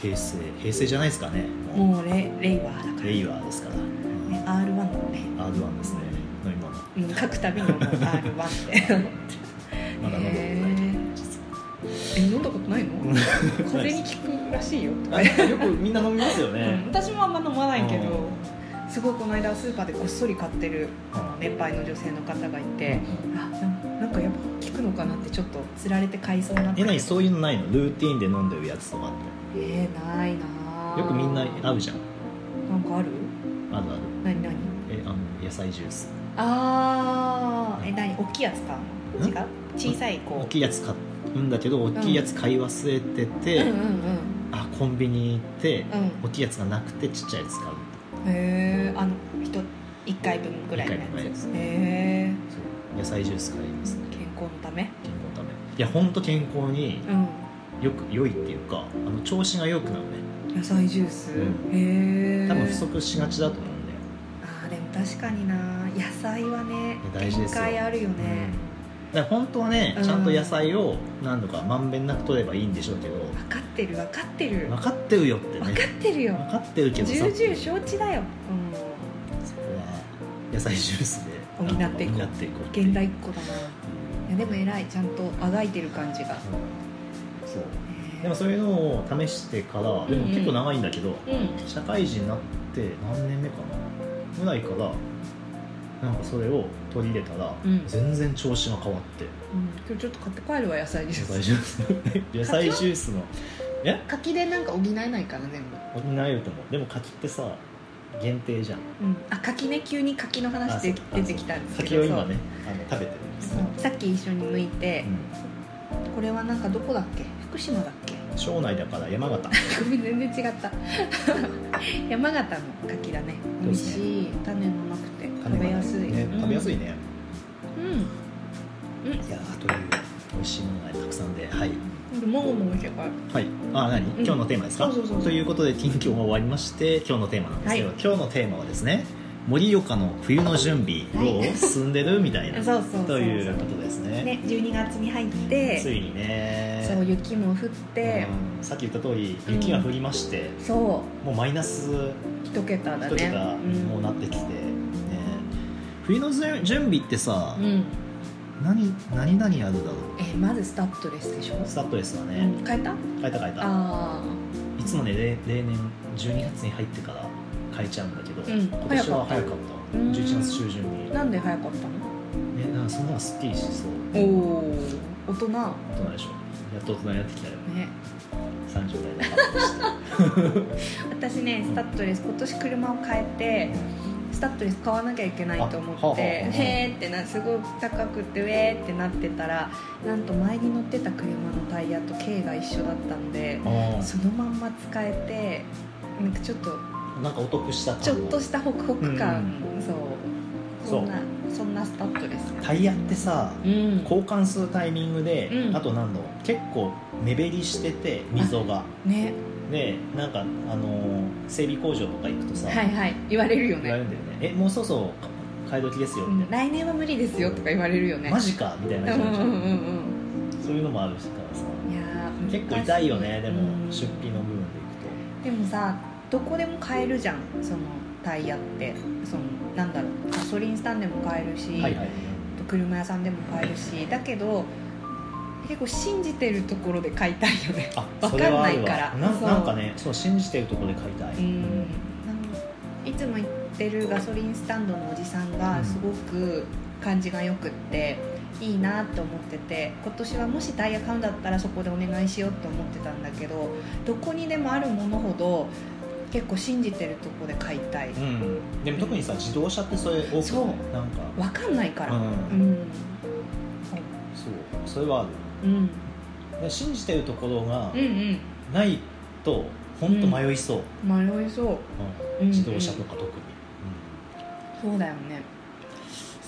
B: 平成平成じゃないですかね
A: もうレレイワーだから、
B: レイワーですから、
A: ね、R1 だもんね
B: R1 ですね飲み物
A: うん書くたびにもう R1 って
B: まだ飲んだことない
A: へえ飲んだことないの
B: うん
A: 風邪に効くらしいよとか
B: あよくみんな飲みますよ
A: うん
B: ね、
A: 私もあんま飲まないけ
B: う
A: ど
B: ん
A: すごいこの間スーパーでこっそり買ってるあの年配の女性の方がいてあなんなんかやっぱ効くのかなってちょっとつられて買いそうになった
B: えなにそういうのないのルーティンで飲んでるやつとかっ
A: えー、ないな
B: てよくみんな合うじゃん
A: なんかある
B: あるある
A: 何何
B: えあの野菜ジュース
A: あーえ何大きいやつか違う小さい
B: 大
A: こ
B: きいやつ買うんだけど大きいやつ買い忘れて
A: うう
B: て、
A: んうんうん
B: あコンビニ行って
A: うん
B: 大きいやつがなくてちっちゃいやつ買う
A: へえあの人一回分ぐらいのや
B: 一回分ぐらいのや
A: つ
B: つ
A: へえ
B: そう野菜ジュース買いますね
A: 健康のため
B: 健康のためいやほんと健康に
A: うん
B: よく良いっていうかあの調子が良くなるね
A: 野菜ジュース、
B: う
A: へえ
B: 多分不足しがちだと思うんだよ
A: あーでも確かにな野菜はね
B: いや大事ですよ
A: 限界あるよね
B: だから本当はね
A: うん
B: ちゃんと野菜を何度かまんべんなく取ればいいんでしょうけど
A: 分かってる分かってる
B: 分かってるよって
A: 分
B: ね
A: かってるよ
B: 分かってるけどさ
A: 重々承知だよ、う
B: そこは野菜ジュースで
A: 補っていこう
B: 補っていこうってい
A: ん、
B: う
A: 現代っ子だないやでも偉いちゃんとあがいてる感じが
B: うんそうで
A: へ
B: もそういうのを試してからでも結構長いんだけど、
A: ーうん
B: 社会人になって何年目かなぐらいからなんかそれを取り入れたら、
A: うん
B: 全然調子が変わって
A: うん、今日ちょっと買って帰るわ野菜ジュ
B: 野
A: ース
B: 菜ジュース野菜ジュースの
A: 柿でなんか補えないかな全部、
B: 補えると思うでも柿ってさ限定じゃん
A: うん、あ柿ね急に柿の話で
B: あそ
A: 出
B: う
A: てきたんですけど
B: 柿を今ねあの食べてるんです
A: そう
B: ね、
A: そうさっき一緒に抜いて
B: う、
A: これはなんかどこだっけ福島だっけ
B: ん、庄内だから山形
A: ごめん全然違った 山形の柿だね美味しい、種もなくて食べやすい、
B: ね
A: うん
B: 食べやすいね、
A: うん、うん
B: いやーという美美味しいものがたくさんではい、
A: もぐもぐしてから
B: はい、あ何
A: ん
B: 今日のテーマですか、
A: そうそうそうそう
B: ということで近況が終わりまして今日のテーマなんですけど、
A: は
B: 今日のテーマはですね盛岡の冬の準備どう進んでるみたいな
A: そうそうそうそう
B: ということですね
D: ね、12月に入っ
B: つ
D: て
B: いにね
A: そう雪も降って
B: うんさっき言った通り雪が降りまして、
A: そ
B: もうマイナス
A: う一桁だ
B: 1
A: ね
B: 桁
A: うん
B: もうなってきて、ね冬のぜ準備ってさ、
A: うん
B: 何何々やるだろ
A: えまずスタッドレスでしょ
B: うスタッドレスは
A: う
B: ね、
A: ん変えた
B: 変えた変えた
A: あ
B: いつもね例例年12月に入ってから変えちゃうんだけど、
A: うん
B: 今年は早かった
A: うん
B: 11月中旬に
A: あなんで早かったの
B: ねなんかそんなのすっきりしそう
A: おお大人
B: 大人でしょやっと大人になってきたよ
A: ね
B: 30代の感じでした
A: 私ねスタッドレス今年車を変えてスタッドレス買わなきゃいけないと思
B: あはあ
A: っ
B: はあ
A: てへーってなすごい高くてウェーってなってたらなんと前に乗ってた車のタイヤと径が一緒だったのでそのまんま使えてなんかちょっと
B: なんかお得した感
A: ちょっとしたホクホク感、そう
B: そ
A: そ
B: う
A: んなそんなスタッドレス
B: タイヤってさ
A: うん
B: 交換するタイミングで、
A: うん
B: あと何度結構目減りしてて溝が
A: ね
B: でなんかあのー整備工場とか行くとさ、
A: はいはい言われるよ
B: 言われ
A: ね
B: るんだよねえもうそろそろ買い時ですよ
A: う
B: みたい
A: ん来年は無理ですよとか言われるよ
B: な、
A: ね
B: マジかみたいな
A: うんうん
B: 感じ、
A: うん
B: そういうのもあるしからさ
A: うんいやー
B: 結構痛いよね
A: 難し
B: でも
A: うん
B: 出費の部分
A: で
B: で
A: もさどこでも買えるじゃんそのタイヤってそのなんだろうガソリンスタンドでも買えるし、
B: いくとはいはい
A: と車屋さんでも買えるしだけど結構信じてるところで買いたいよね
B: あ
A: わかんないから
B: それはあるわな
A: そう
B: なんかねそう信じてるところで買いたい、
A: うんあのいつも行ってるガソリンスタンドのおじさんがすごく感じがよくっていいなと思ってて今年はもしタイヤ買うんだったらそこでお願いしようと思ってたんだけどどこにでもあるものほど結構信じてるとこで買いたい
B: うんでも特にさ自動車ってそれ多くない
A: そう
B: なんか
A: わかんないから
B: う
A: うんん
B: そうそれはある
A: うん
B: で信じてるところが
A: うん
B: ないと本当迷いそう、
A: うん迷いそう
B: うん
A: うん
B: 自動車とか特に、
A: そうだよね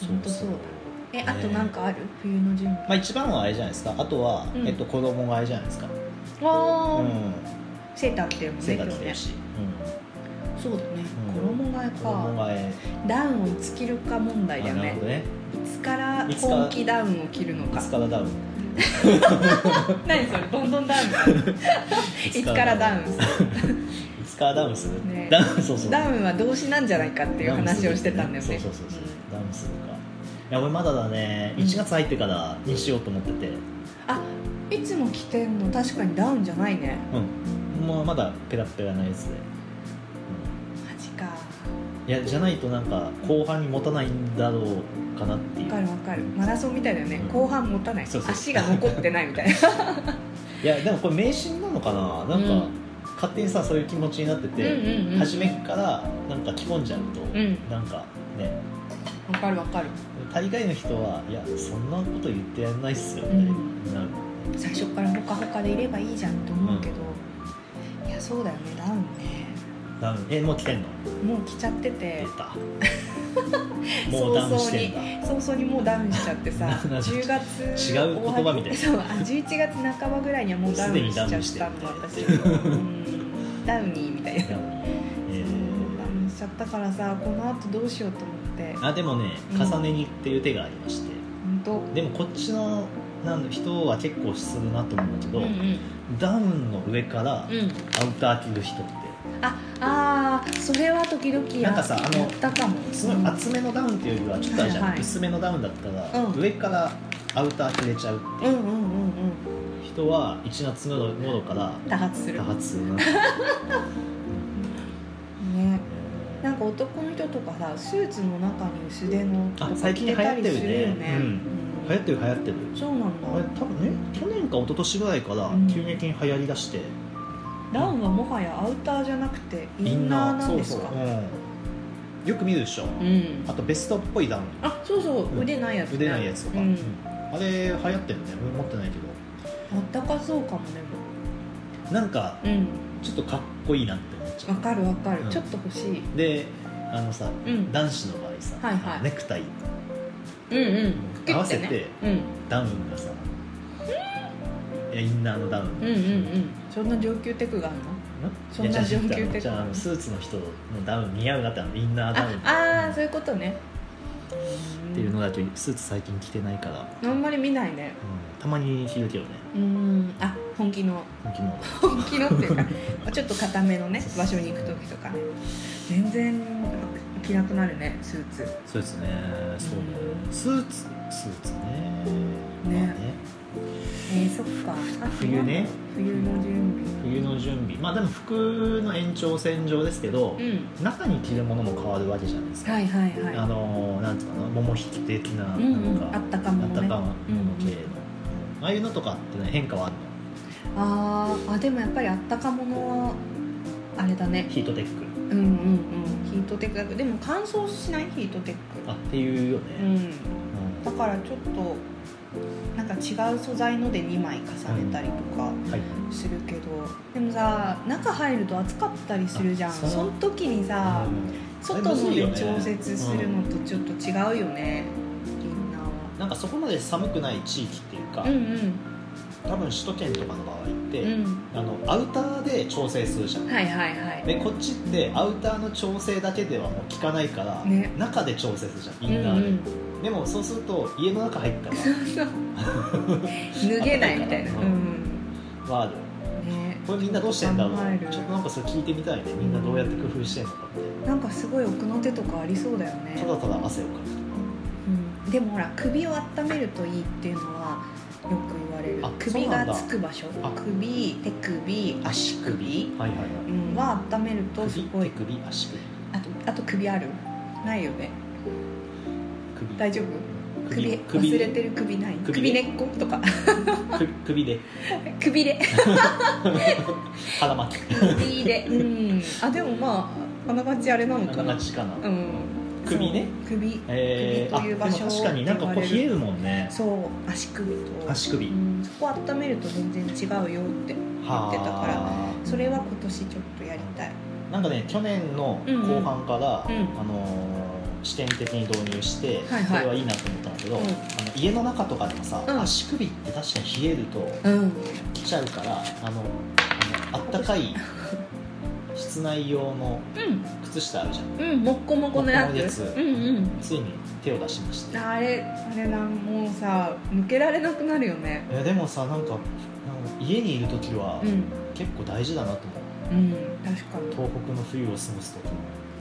B: う
A: 本当そうだえ
B: ね
A: あとなんかある冬の準備
B: まあ、一番はあれじゃないですかあとは、
A: うん
B: えっと、子供があれじゃないですか、う
A: あー
B: ん、
A: セーター着てるもん
B: 背
A: ね
B: が
A: 今
B: 着
A: 日
B: て
A: ね
B: るし、
A: そうだね
B: うん
A: 衣替え
B: うん、子
A: か
B: 供がえ
A: ダウンをいつ着るか問題だよ
B: なる
A: ね
B: ほどね
A: いつから
B: いつから
A: 本気ダウンを着るの
B: い
A: か
B: つからダウン
A: 何それどんどんダウン いつからダウン
B: いつからダウンする、
A: ね
B: ダウンそうそう
A: ダウンは動詞なんじゃないかっていう話をしてたんだよね
B: そうそうそうそうダウンするかいや俺まだだね1月入ってからにしようと思ってて、
A: いつも着てんの確かにダウンじゃないね
B: もうまだペラッペラなやつで、
A: マジか
B: うん、いやじゃないとなんか後半に持たないんだろうかなってい
A: わ
B: う
A: かるわかるマラソンみたいだよね
B: うん
A: 後半持たない
B: そうそう
A: 足が残ってないみたい な
B: いやでもこれ迷信なのかななんか、
A: うん
B: 勝手にさそういう気持ちになってて、
A: うんうんうん
B: 初めからなんか着込んじゃうと、
A: ん
B: なんかね
A: わかるわかる
B: 大概の人はいやそんなこと言ってやんないっすよね、
A: うん
B: なる
A: 最初からほかほかでいればいいじゃんと思うけど、いやそうだよねダウンね
B: ダウンえもう着てんの
A: もう着ちゃってて
B: 出 たもうダウンしてんだ
A: 早々にもうダウンしちゃってさ
B: なんだ
A: 10月
B: 違う言葉みたいな
A: そうあ11月半ばぐらいにはもうダウンしちゃったの
B: すで
A: 私
B: に
A: うんダウニーみたいな
B: ダウンえー
A: ダウンしちゃったからさこのあとどうしようと思って
B: あでもね
A: うん
B: 重ね着っていう手がありまして、
A: 本当
B: でもこっちのなん人は結構するなと思うんだけど、
A: うんうん
B: ダウンの上からアウ
A: うん
B: ター着る人って
A: ああーそれは時々や
B: なんかさあの
A: やったかも
B: すごい厚めのダウンっていうよりはちょっとあれじゃん、
A: はいはい
B: 薄めのダウンだったら、
A: うん
B: 上からアウター着れちゃうって
A: う
B: い
A: ん
B: う
A: うんうんうん
B: 人は1月の頃から
A: 多発する
B: 多発するな、
A: ねなんか男の人とかさスーツの中に薄手のと
B: あ
A: か
B: 最
A: 着
B: 近
A: てたり
B: 流行っ
A: す
B: て
A: る
B: る
A: よ
B: ね
A: ね
B: うん
A: うん
B: 流行ってる流行ってる
A: そうなんだ
B: あれ多分ね去年か一昨年ぐらいから
A: うん
B: 急激に流行りだして、
A: ダウンはもはやアウターじゃなくてインナーなんですか
B: そうそう、うん、よく見るでしょ、
A: うん
B: あとベストっぽいダウン
A: あそうそう腕ないやつ、ね、
B: 腕ないやつとか、
A: うん
B: あれ流行ってるね俺持ってないけど
A: あったかそうかもでも
B: なんか
A: うん
B: ちょっとかっこいいなって思っちゃ
A: わかるわかる、
B: うん
A: ちょっと欲しい、
B: うであのさ、
A: うん
B: 男子の場合さ、
A: はいはい
B: ネクタイ
A: うんうん
B: 合わせて
A: うん
B: ダウンがさいやインナーのダウン
A: うんうんうんそんな上級テクがあるのそんな上級的な
B: じゃああのスーツの人のダウン似合うなってあのインナーダウンっ
A: ああーそういうことね
B: ていうのだとスーツ最近着てないから、うん
A: あんまり見ないね
B: たまに着るけどね
A: うんあ本気の
B: 昨日の
A: 本気のっていうかちょっと固めのね場所に行く時とかね全然着なくなるねスーツ
B: そうですねそうねスーツスーツね
A: ね
B: まあね
A: えー、そっかあ
B: 冬ね
A: 冬の準
B: 冬の準備まあでも服の延長線上ですけど、
A: 備うん
B: 中に着るものも変わるわけじゃないですか、
A: はいはいはい
B: あのーなんつうかな桃引き的なな
A: うんうん
B: んか、
A: あったかものね
B: あったかもの系の、
A: うん
B: ああいうのとかって、ね、変化はあるの
A: あーあでもやっぱりあったかものはあれだね
B: ヒートテック
A: うんうんうんヒートテックだけどでも乾燥しないヒートテック
B: あっていうよ
A: う
B: ね、
A: ん
B: うん
A: だからちょっとなんか違う素材ので2枚重ねたりとか
B: はい
A: するけど、でもさ中入ると暑かったりするじゃん
B: あ
A: そ
B: そう
A: の時にさ、
B: うん
A: 外の
B: だいぶ薄いよ
A: で
B: ね
A: 調節するのとちょっと違うよね、みんなは
B: なんかそこまで寒くない地域っていうか、
A: うん
B: 多分首都圏とかの場合って、
A: うんうん
B: あのアウターで調整するじゃん、
A: はいはいはい
B: でこっちってアウターの調整だけではもう効かないから、
A: ね
B: 中で調整するじゃ
A: う
B: んイ
A: んう
B: ンナーで、
A: ん
B: でもそうすると家の中入ったら
A: 脱げないみたいな、
B: う
A: うん
B: ワール
A: ね、
B: これみんなどうしてんだろう
A: 考える
B: ちょっとなんかそれ聞いてみたいねみんなどうやって工夫してんのかって
A: なんかすごい奥の手とかありそうだよね
B: ただただ汗をかく
A: うん、でもほら首を温めるといいっていうのはよく言われる
B: あ
A: 首
B: そうなん
A: が
B: だ
A: つく場所
B: あ
A: 首手首足首、
B: はいはいはい
A: うん、は温めるとす
B: 首
A: ご
B: 手
A: い
B: 首足首
A: あとあと首あるないよね
B: 首
A: 大丈夫首
B: 首
A: 忘れてる首ない首
B: 首
A: 根っことか
B: 首首で
A: 首で
B: 腹巻き
A: 首でうんあでもまああながちあれなの
B: あ
A: か
B: な
A: な
B: がちかな、
A: うん
B: 首ね
A: そう首
B: えー、
A: 首という場所
B: あでも確かになんかこう
A: って言われる
B: 冷えるもんね
A: そう足首と
B: 足首、
A: うん、そこ温めると全然違うよって言ってたから
B: は
A: それは今年ちょっとやりたい
B: あなんかね去年の後半から、
A: うんうん
B: あのー試験的に導入して、
A: はいはい
B: それはいいなと思ったんだけど、
A: うん
B: あの家の中とかでもさ、
A: うん
B: 足首って確かに冷えると
A: うん
B: 来ちゃうからあのあのあった かい室内用の靴下あるじゃん
A: うんうんもっこもこのや
B: もっこもこのやつ
A: つうん
B: ついに手を出しまし
A: うん
B: た
A: あれあれなもうさ抜けられなくなるよね
B: いやでもさなんかなんか家にいる時は
A: うん
B: 結構大事だなと思う
A: うん確かに
B: 東北の冬を過ごす時も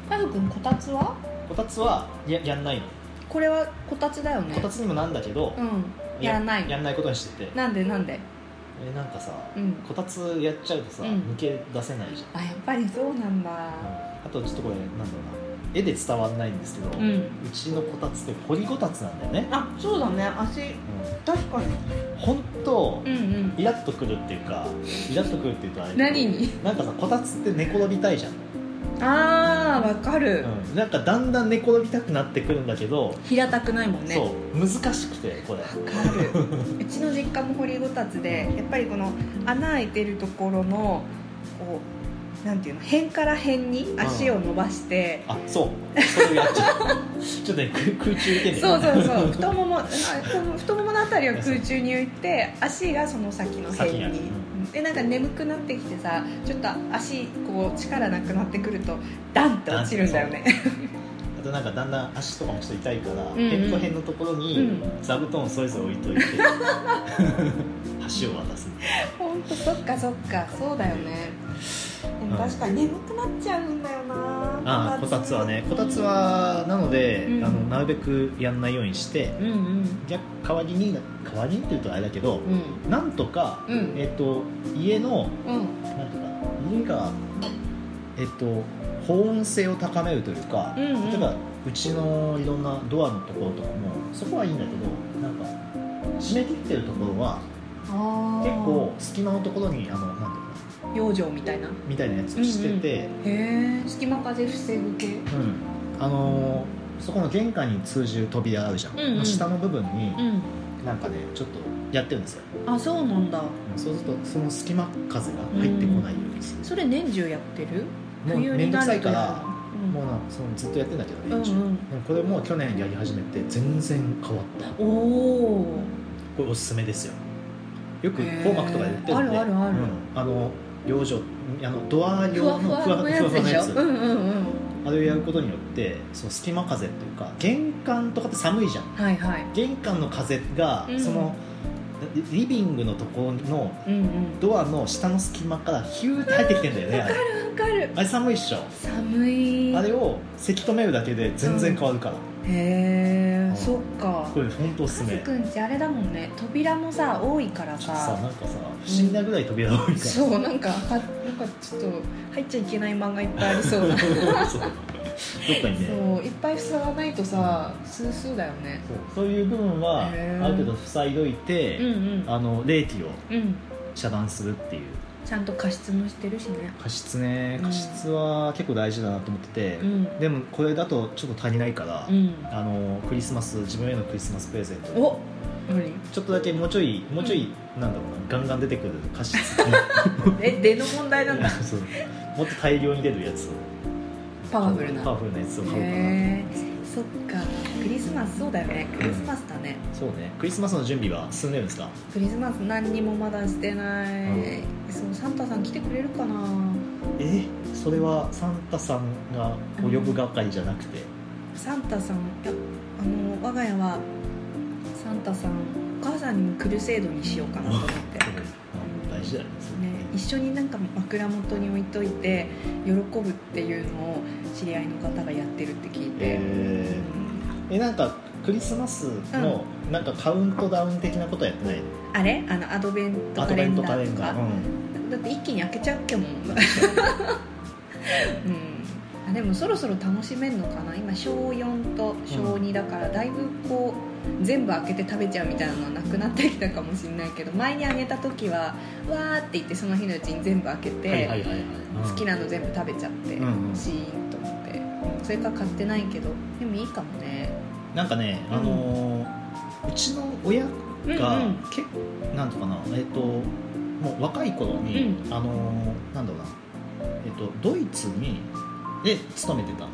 A: 家族のこたつは
B: こたつはややんないの
A: これはこたつだよね
B: こたつにもなんだけど、
A: うんやらない
B: やんないことにしてて
A: なんでなんで
B: えなんかさ
A: うん
B: こたつやっちゃうとさ、
A: うん
B: 抜け出せないじ
A: あやっぱりそうなんだ
B: ゃん、あとちょっとこれなんだろうな絵で伝わんないんですけど、
A: う
B: うんちのこたつって掘りこたつなんだよね、
A: あそうだね足確かに
B: うん、ほんと
A: うんうん
B: イラッとくるっていうかイラッとくるっていうとあれだけど
A: 何に
B: なんかさこたつって寝転びたいじゃん、
A: あーわかる
B: うん、なんかだんだん寝転びたくなってくるんだけど、
A: 平たくないもんね
B: そう難しくてこれ
A: わかる うちの実家も掘りごたつでやっぱりこの穴開いてるところのこうなんていうの辺から辺に足を伸ばして、
B: あそうそれをやっちゃう ちょっとね空空中でね
A: そうそう そう太ももあ太も太もものあたりを空中に浮いて足がその先の辺に
B: 先にある
A: でなんか眠くなってきてさちょっと足こう力なくなってくるとダンって落ちるんだよね
B: あとなんかだんだん足とかもちょっと痛いから、
A: んうん
B: 辺と辺のところに
A: うん
B: 座布団をそれぞれ置 いといて橋を渡す
A: 本当そっかそっかそうだよねでも確かに眠くなっちゃうんだよな
B: ああこたつはねこたつはなので、
A: うん
B: あのなるべくやんないようにして
A: うんうん
B: 逆代わりに代わりにっていうとあれだけど、
A: うん
B: なんとか、
A: うん
B: えっと家の
A: うん
B: なんとか家がえっと保温性を高めるというか、
A: うんうん
B: 例えばうちのいろんなドアのところとかもそこはいいんだけどなんか閉め切ってるところは
A: あー
B: 結構隙間のところにあのなんていうのかな
A: 養生みたいなへ
B: みたいなやつをしてて、
A: え隙間風防ぐ系
B: うんあのーそこの玄関に通じる扉あるじゃん、
A: うんうん
B: 下の部分に
A: うん
B: なんかねちょっとやってるんですよ、
A: あそうなんだ
B: うんそうするとその隙間風が入ってこないようにする、
A: それ年中やってる
B: もう面倒くさいから
A: うん
B: もうなそのずっとやってんだけど
A: う
B: ね、
A: んうん
B: でもこれも去年やり始めて全然変わった
A: おお
B: これおすすめですよよく紅白とかで売ってるんで
A: へーあるあるある
B: うんあの養生あのドア
A: ふ
B: 用の
A: わふわのやつでしょうんうんうん
B: あれをやることによってその隙間風というか玄関とかって寒いじゃん
A: はいはい
B: 玄関の風が、
A: うん
B: そのリリビングのところの
A: うんうん
B: ドアの下の隙間からヒューって入ってきてんだよねあれ
A: わかる
B: あれ寒いっしょ
A: 寒い
B: あれをせき止めるだけで全然変わるから、
A: へ
B: う
A: え
B: ん
A: そっか
B: これ本当おすす
A: カズ
B: め
A: くんちあれだもんね扉もさ多いから
B: さ
A: さ
B: なんかさ不思議なぐらい扉多いから、
A: そうなんかはなんかちょっと入っちゃいけない漫画いっぱいあり そうなそ
B: そうどっかにねそう
A: ういっぱい塞がないとさスースーだよね
B: そういう部分は
A: へー
B: ある程度塞いどいて、
A: うんうん
B: あの冷気を
A: うん
B: 遮断するっていう
A: ちゃんと加湿もしてるしね
B: 加湿ね
A: うん
B: 加湿は結構大事だなと思ってて、
A: うん
B: でもこれだとちょっと足りないから、
A: うん
B: あのクリスマス自分へのクリスマスプレゼント
A: お何
B: ちょっとだけもうちょいもうちょい、なんだろうなガンガン出てくる 加湿
A: え出の問題なんだ
B: そうもっと大量に出るやつを
A: パワフルな
B: パワフルなやつを買おうかなと
A: へえそっかクリスマスそうだよねクリスマスだね
B: そうねクリスマスの準備は進んでるんですか
A: クリスマス何にもまだしてない、そうサンタさん来てくれるかな
B: えそれはサンタさんがお呼ぶ係じゃなくて、
A: サンタさんいやあの我が家はサンタさんお母さんにもクルセードにしようかなと思って
B: あの大事だよねそれ
A: ね、一緒になんか枕元に置いといて喜ぶっていうのを知り合いの方がやってるって聞いて、
B: えーえなんかクリスマスのなんかカウントダウン的なことはやってないの
A: あれあのアドベント
B: ア
A: カ
B: ドベ
A: レ
B: ン
A: ン
B: ト
A: ダ
B: カレ
A: ーと
B: ンダ
A: か
B: ー、うん
A: だって一気に開けちゃうけどもうんあでもそろそろ楽しめるのかな今小4と小2だからだいぶこう全部開けて食べちゃうみたいなのはなくなってきたかもしれないけど前にあげた時はわーって言ってその日のうちに全部開けて、
B: はいはいはいはいうん
A: 好きなの全部食べちゃって、
B: うんうん
A: シーンと思ってそれから買ってないけどでもいいかもね
B: なんかね、あのーうちの親が
A: うんうん
B: け、なんとかなえっ、ともう若い頃に、あのーなんだろうなえっ、とドイツにで勤めてたん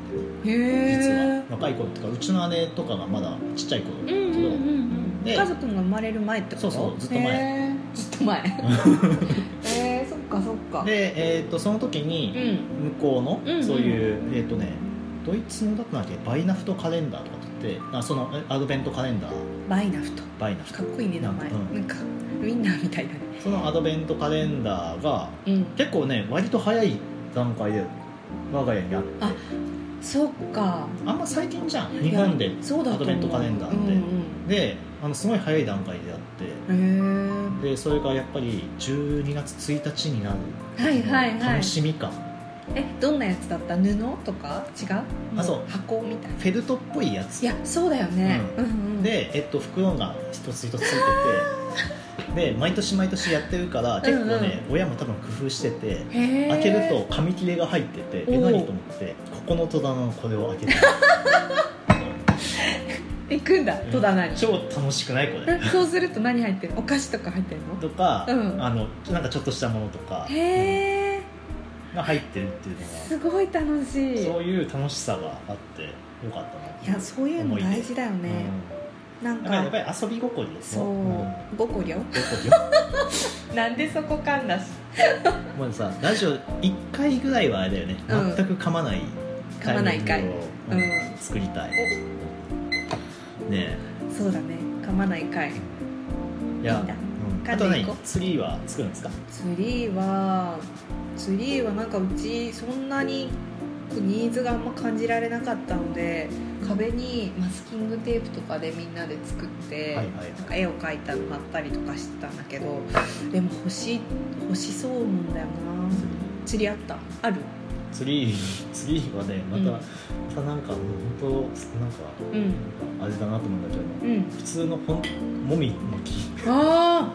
B: だよね
A: へ
B: 実は
A: え
B: 若い頃っていうかうちの姉とかがまだちっちゃい頃だ
A: う
B: け
A: ん
B: ど、
A: うんうんうん
B: で
A: 家族が生まれる前ってこと
B: そうそうずっと前
A: へーずっと 前えー、そっかそっか
B: で、えっとその時
A: う
B: に
A: ん
B: 向こうの、
A: うんうん
B: そういうえっ、とねドイツのだったんだっけバイナフトカレンダーとかって言ってあそのえアドベントカレンダー
A: バイナフト
B: バイナフ
A: か
B: ト
A: っこいいね名前
B: う
A: なん
B: ん
A: かウィンナーみたいだね
B: そのアドベントカレンダーが
A: うん
B: 結構ね割と早い段階で我が家にあって
A: あそっか
B: あんま最近じゃん日本で
A: いやそうだ
B: アドベントカレンダーって
A: っ
B: であのすごい早い段階であって
A: へえ
B: でそれがやっぱり12月1日になる
A: はいはいはい
B: 楽しみ感
A: えどんなやつだった布とか違う
B: あそう
A: 箱みたいな
B: フェルトっぽいやつ
A: いやそうだよね、
B: う
A: うん、うんうん
B: で、えっと、袋が一つ一つついててで毎年毎年やってるから結構ね、親も多分工夫してて
A: へー
B: 開けると紙切れが入っててえ
A: おう
B: 何と思ってここの戸棚のこれを開けて
A: 行くんだ 戸棚に、
B: 超楽しくないこれ
A: えそうすると何入ってるお菓子とか入ってるの
B: とか、
A: うん
B: あのなんかちょっとしたものとか
A: へえ
B: が入ってるっていうの
A: すごい楽しい
B: がそういう楽しさがあってよかったなって
A: いやそういうの大事だよね、なん
B: うんだからや
A: か
B: っぱり遊び心です
A: そう、
B: ん ど
A: ごこりょ
B: こに
A: なんでそこかんだし
B: もうさラジオ1回ぐらいはあれだよね、
A: うん
B: 全く噛まない
A: 噛まない回
B: タイミングを
A: うん
B: 作りたいね
A: そうだね噛まない回
B: えい
A: いいんだ
B: うん、
A: 噛
B: あ
A: ん
B: とは
A: でい
B: 何
A: こう
B: ツリーは作るんですか
A: ツリーはツリーはなんかうちそんなにニーズがあんま感じられなかったので壁にマスキングテープとかでみんなで作って、
B: はいはい
A: なんか絵を描いたの貼ったりとかしてたんだけどでも欲しい欲しそうなんだよな釣りあったある
B: ツ リーツリーはねまた、
A: うん
B: またなんかもう本当なんか、
A: うん
B: なんかあれだなと思うんだけど
A: うん
B: 普通のほんもみの木、
A: あ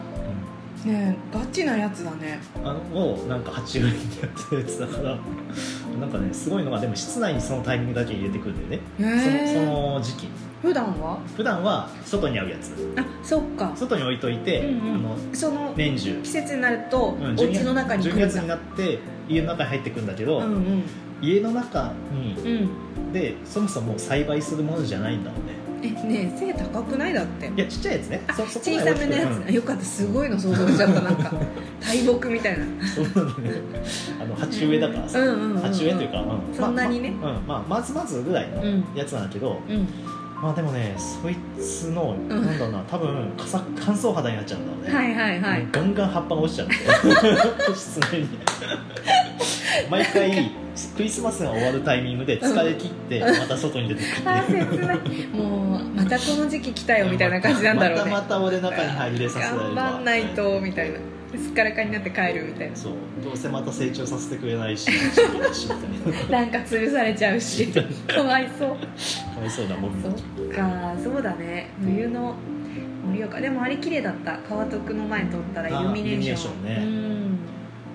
A: あねえガチなやつだね
B: あのをなんか鉢植えにやってるやつだから なんかねすごいのがでも室内にそのタイミングだけ入れてくるんだよね、
A: へえ
B: そのその時期
A: 普段は
B: 普段は外にあるやつ
A: あそっか
B: 外に置いといて、
A: うんうん
B: あの
A: その
B: 年中、
A: 季節になると、
B: うん
A: お家の中に来
B: 12
A: るんだ
B: 月になって家の中に入ってくるんだけど、
A: うんうん
B: 家の中に
A: うん
B: でそもそも栽培するものじゃないんだもんね
A: えねえ背高くないだって
B: いやちっちゃいやつねそそこ
A: 小
B: ま
A: さめ
B: で
A: のやつ、
B: 大きく
A: あよかったすごいの想像しちゃった なんか大木みたいな
B: うん そうなんだねあの鉢植えだからさ、
A: うんうんうんうん
B: 鉢植えというか、うんまあ
A: そんなにね
B: まあうんまあ、まずまずぐらいの
A: うん
B: やつなんだけど、
A: うん
B: まあでもねそいつの、なんだろうな多分かさ乾燥肌になっちゃうんだろうね、
A: はいはいはい、
B: もうガンガン葉っぱが落ちちゃうんで室内に毎回クリスマスが終わるタイミングで疲れ切ってまた外に出てくる
A: あー切ないもうまたこの時期来たよみたいな感じなんだろうね
B: またまた俺中に入れさせられ
A: 頑
B: る
A: 張んないとみたいなですっからかになって帰るみたいな
B: そうどうせまた成長させてくれないし自分だしみたいな
A: なんか潰されちゃう しかわいそう
B: かわいそうなもん
A: そっかそうだね冬の盛岡でもあれ綺麗だった川徳の前通ったらイルミネーション
B: あイルミネーションね
A: うん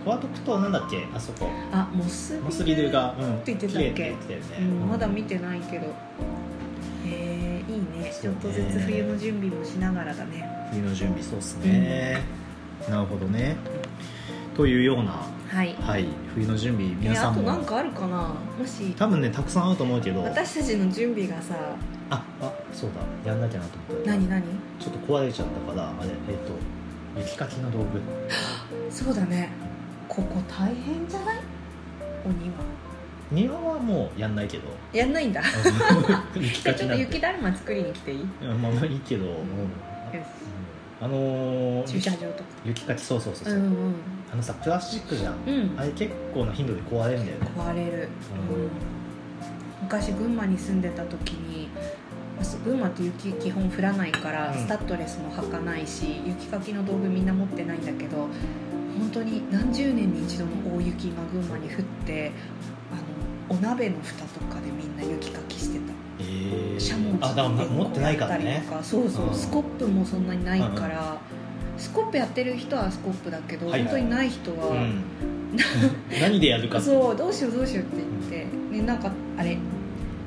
B: クワトクとなんだっけあそこ
A: あモス
B: モスビルが、うん、
A: って言ってたっ
B: 綺麗
A: け
B: にできてるね、
A: うんまだ見てないけどえー、いいねちょっとずつ冬の準備もしながらだね
B: 冬の準備そうっすね、なるほどねというような、
A: はい
B: はい、冬の準備
A: え
B: 皆さ
A: あ
B: ん
A: と
B: も
A: なんかあるかなもし
B: 多分ねたくさんあると思うけど
A: 私たちの準備がさ
B: ああそうだやんなきゃなと思った
A: 何何
B: ちょっと壊れちゃったからあれえっ、と雪かきの道具
A: そうだねここ大変じゃない鬼は
B: 庭はもうやんないけ ど
A: やんないんだ
B: 雪
A: じゃ
B: か
A: あち
B: き
A: ょっと
B: なんて
A: 雪だるま作りに来ていいよ
B: うんまあまあいいけど、うん
A: し
B: あのー
A: 駐車場とか
B: 雪かきそうそうそう
A: う
B: そ
A: ん
B: う、
A: うん
B: あのさプラスチックじゃん、
A: うん
B: あれ結構な頻度で壊れるんだよね
A: 壊れる、
B: うん
A: 昔群馬に住んでた時にあそう群馬って雪基本降らないから、
B: うん
A: スタッドレスも履かないし雪かきの道具みんな持ってないんだけど本当に何十年に一度の大雪が群馬に降ってあのお鍋の蓋とかでみんな雪かきしてた
B: えー
A: シャモン
B: あだからま持ってないからね
A: そうそう、
B: うん
A: スコップもそんなにないから、スコップやってる人はスコップだけど、
B: はいはい
A: 本当にない人 は、
B: うん、何でやるかって
A: そうどうしようどうしようって言って、ね、なんかあれ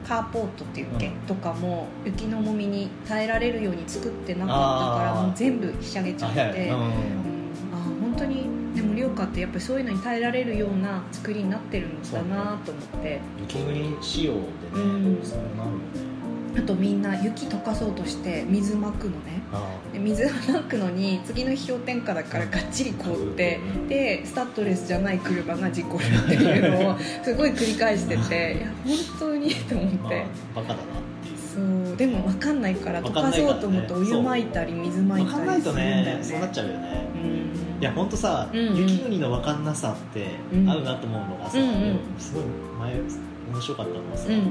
A: カーポートっていうっけ、
B: うん
A: とかも雪の重みに耐えられるように作ってなかったから
B: あー
A: もう全部ひしゃげちゃ
B: あ
A: っ
B: いやい
A: て、
B: やうん
A: あー本当にでも盛岡ってやっぱりそういうのに耐えられるような作りになってるんだなと思って
B: 雪国仕様でね、
A: うん
B: そうなるよね
A: あとみんな雪溶かそうとして水まくのね
B: あ
A: で水まくのに次の日氷点下だからがっちり凍ってでスタッドレスじゃない車が事故るっていうのをすごい繰り返してていや本当にと思
B: ま
A: って
B: あ、バカだなっていう
A: そうでも分かんないから
B: 分
A: 溶
B: かんな
A: か
B: いか
A: そ
B: らね
A: うと思ってお湯まいたり水まい
B: 分かん
A: た
B: な
A: り
B: い
A: する
B: と
A: んだよ
B: ねそうなっ
A: ね
B: ちゃうよね
A: うん
B: いやほんとさ、
A: うんうん
B: 雪国の分かんなさって
A: うん
B: 合うなと思うのがさ、
A: うんうん
B: でもすごい前面白かったのはさ、
A: うん
B: なんか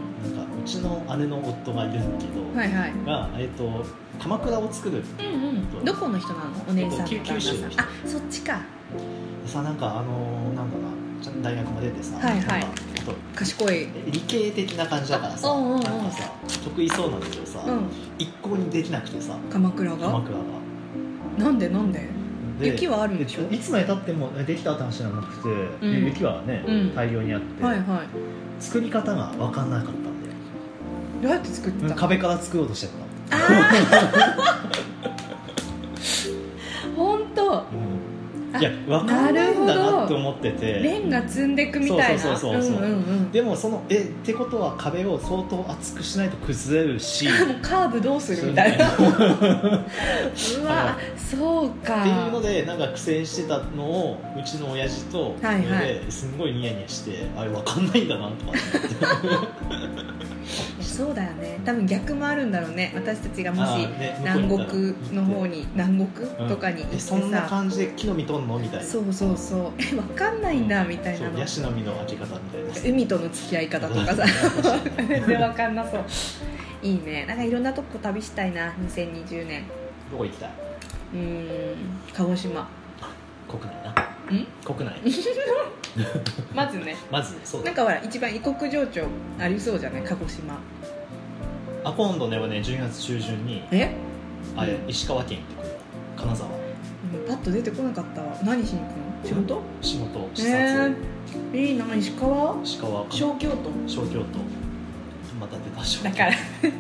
B: うちの姉の夫がいるんだけど、
A: はいはい
B: が、えっと鎌倉を作る
A: うんうんどこの人なのお姉さんと
B: えっ
A: 旦
B: と
A: 那さ
B: 九州
A: ん
B: の人
A: あそっちか
B: さなんかあのなんだろうなちゃんと大学も出てさ、
A: はいはい
B: なんかちょっと
A: 賢い
B: 理系的な感じだからさ、
A: あうんうんうん
B: なんかさ得意そうなんだけどさ、
A: うん
B: 一向にできなくてさ
A: 鎌倉
B: 鎌
A: が
B: 倉が
A: なんでなんで
B: で
A: 雪はあるんでしょ
B: いつまでたってもできたって話じゃなくて、
A: ん
B: 雪はね、
A: うん
B: 大量にあって、
A: はいはい
B: 作り方が分かんなかったんだよ
A: どうやって作っ
B: う
A: て
B: ん
A: たの
B: 壁から作ろうとしてた、
A: 本当
B: うん
A: あ
B: いや分かんないんだなって思って
A: レ
B: て
A: ンガ積んでくみたいな
B: そうそうそうそ
A: うんうん
B: う
A: うんで
B: でもそのえってことは壁を相当厚くしないと崩れ るし
A: もカーブどうするみたいな
B: そうね
A: うわそうか
B: っていうのでなんか苦戦してたのをうちの親父と
A: はいはい
B: ですんごいニヤニヤしてあれ分かんないんだなとか思って
A: そうだよね多分逆もあるんだろうね私たちがも
B: あ
A: し
B: ーね
A: 南国の方
B: に
A: に南国
B: うん
A: とかに行って
B: え
A: さ
B: そんな感じで木の実取んのみたいな
A: そうそうそうえ分かんないんだみたいな
B: そう
A: の
B: ヤシの実の開け方みたいな
A: 海との付き合い方とか さ全然分かんなそういいねなんかいろんなとこ旅したいな2020年
B: どこ行きたいう
A: ーん鹿児島
B: 国内なん国内
A: まずね
B: まずそうだ
A: なんかほら一番異国情緒ありそうじゃない鹿児島
B: あ今度ね俺ね10月中旬に
A: え
B: あれ石川県行ってくるわ金沢
A: うんパッと出てこなかったわ何しに行くの仕事
B: 仕事視察、
A: えー、いいな石川
B: 石川
A: 小京都
B: 小京都また出た小
A: だ
B: 京都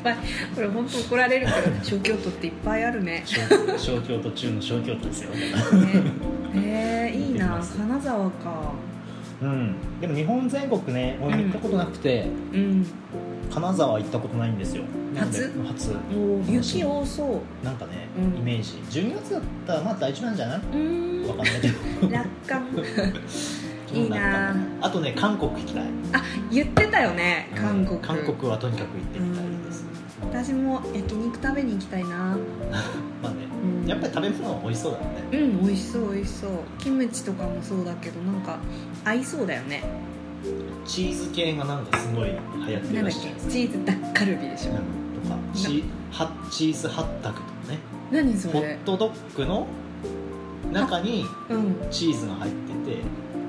A: から これ本当怒られるけ ど小京都っていっぱいあるね
B: 小小京都中の小京 都ですよ
A: ねえー、いい
B: 行ってき
A: な
B: ます
A: 金沢か
B: うんでも日本全国ね俺も行ったことなくて、
A: うん
B: 金沢行ったことないんですよなんで
A: 初
B: 初
A: もう雪多そう
B: なんかね、
A: うん
B: イメージ12月だったらまあ大丈夫なんじゃないう
A: ー
B: わ
A: ん
B: かんないけど
A: 楽観 いいなぁ
B: あとね韓国行きたい
A: 言ってたよね韓国
B: 韓国はとにかく行ってみたいです、
A: 私も焼肉食べに行きたいな、
B: まあね
A: うん、
B: やっぱり食べ物美味しそうだよね
A: うん美味しそう美味しそうキムチとかもそうだけどなんか合いそうだよね
B: チーズ系がなんかすごい流行って
A: なん
B: る
A: だ
B: ら
A: っ
B: しいです
A: けチーズダッカルビでしょ
B: うんとかチはチーズハッタクとかね
A: 何そ
B: ホ
A: れ
B: ットドッグの中に
A: うん
B: チーズが入ってて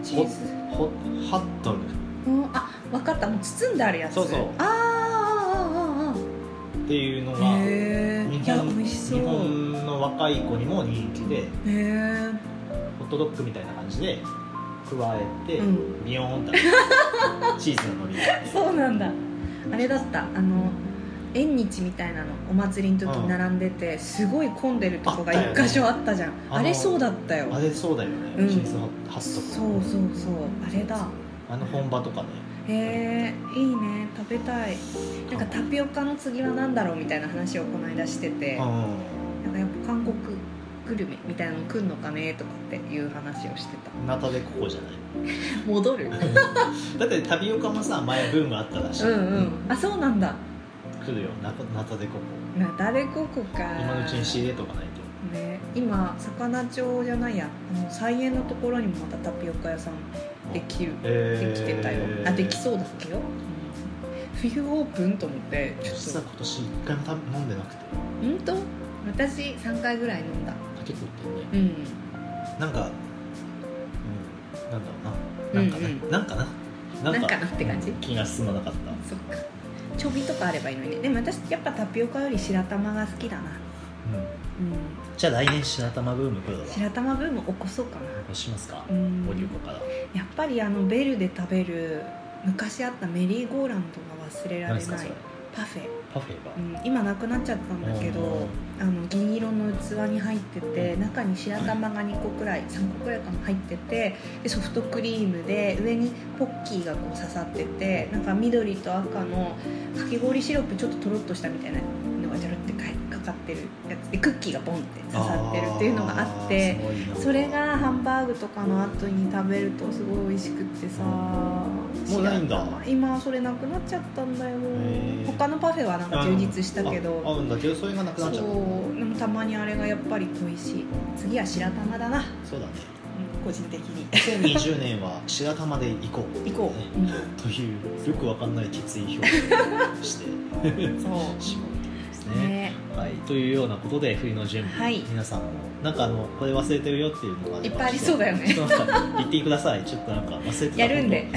A: チーズ
B: ホハットル
A: うんあ分かったもう包んであるやつ
B: そうそう
A: あーあーあーあ
B: っていうの
A: ーあ
B: が
A: ーへえ
B: 日
A: いや
B: 本
A: 美味しそう
B: 日本の若い子にも人気で
A: へえ
B: ホットドッグみたいな感じで加えて、
A: うん
B: ビヨーンって チーズの海苔が
A: そうなんだあれだったあの縁日みたいなのお祭りの時に並んでて、すごい混んでるとこが
B: あったよ
A: 一
B: ね
A: 箇所あったじゃんあ,、
B: の
A: れそうだったよ
B: あれそうだよね、
A: うん
B: チーズハッ
A: そう
B: ト
A: そうそうあれだ
B: あの本場とかね
A: へえいいね食べたいなんかタピオカの次は何だろうみたいな話をこの間してて
B: う
A: なん
B: ん
A: かやっぱ韓国グルメみたいなの来んのかねとかっていう話をしてた
B: ナタでこ こじゃない
A: 戻る
B: だってタピオカもさ前ブームあったらしい、
A: うんうんあそうなんだ
B: 来るよナタナタでここ
A: なだれここか
B: 今のうちに仕入れとかないと
A: ね、今魚町じゃないやあの菜園のところにもまたタピオカ屋さんできる
B: え
A: できてたよ、あできそうだっけよ、冬オープンと思ってちょ
B: 実
A: っ
B: は今年一回もた飲んでなくて
A: と本当私3回ぐらい飲んだ
B: 結構行ってるね
A: うん
B: なんか、うん、なんだろうななんかね、
A: うんう
B: なんかななん
A: なんかなって感じ
B: 気が進まなかっ
A: そっかちょびとかあればいいのにねでも私やっぱタピオカより白玉が好きだな、
B: た、うん、
A: うん、
B: じゃあ来年白玉ブーム来るだろ
A: 白玉ブーム起こそうか
B: どうしますか
A: な、うん
B: お流行から
A: やっぱりあのベルで食べる昔あったメリーゴーランドが忘れられ
B: 何
A: な
B: で
A: い
B: すかそれ
A: パフェ
B: パフェが
A: うん、今なくなっちゃったんだけどあの銀色の器に入ってて中に白玉が2個くらい3個くらいかな入っててでソフトクリームで上にポッキーがこう刺さっててなんか緑と赤のかき氷シロップちょっととろっとしたみたいなのがジャルってかかってるやつでクッキーがボンって刺さってるっていうのがあって
B: あーすごいな
A: それがハンバーグとかの後に食べるとすごい美味しくってさ
B: もうないんだ
A: 白玉今それなくなっちゃったんだよ
B: へー
A: 他のパフェはなんか充実したけど
B: あ合うんだけどそれがなく
A: そ
B: なっ
A: う
B: ち
A: で
B: ゃった
A: もたまにあれがやっぱり恋しい次は白玉だな、うん
B: そうだね
A: 個人的に
B: 2020年は白玉で行こう
A: 行こ
B: ね
A: う、
B: というよくわかんない決意表明をして
A: うんそ
B: しまうんです
A: う
B: ね
A: ね
B: はい、というようなことで冬の準備、
A: はい
B: 皆さんもなんかあのこれ忘れてるよっていうのがれば
A: いっぱいありそうだよね
B: ちょっとなんか言ってくださいちょっとなんか忘れてたこと
A: やるんで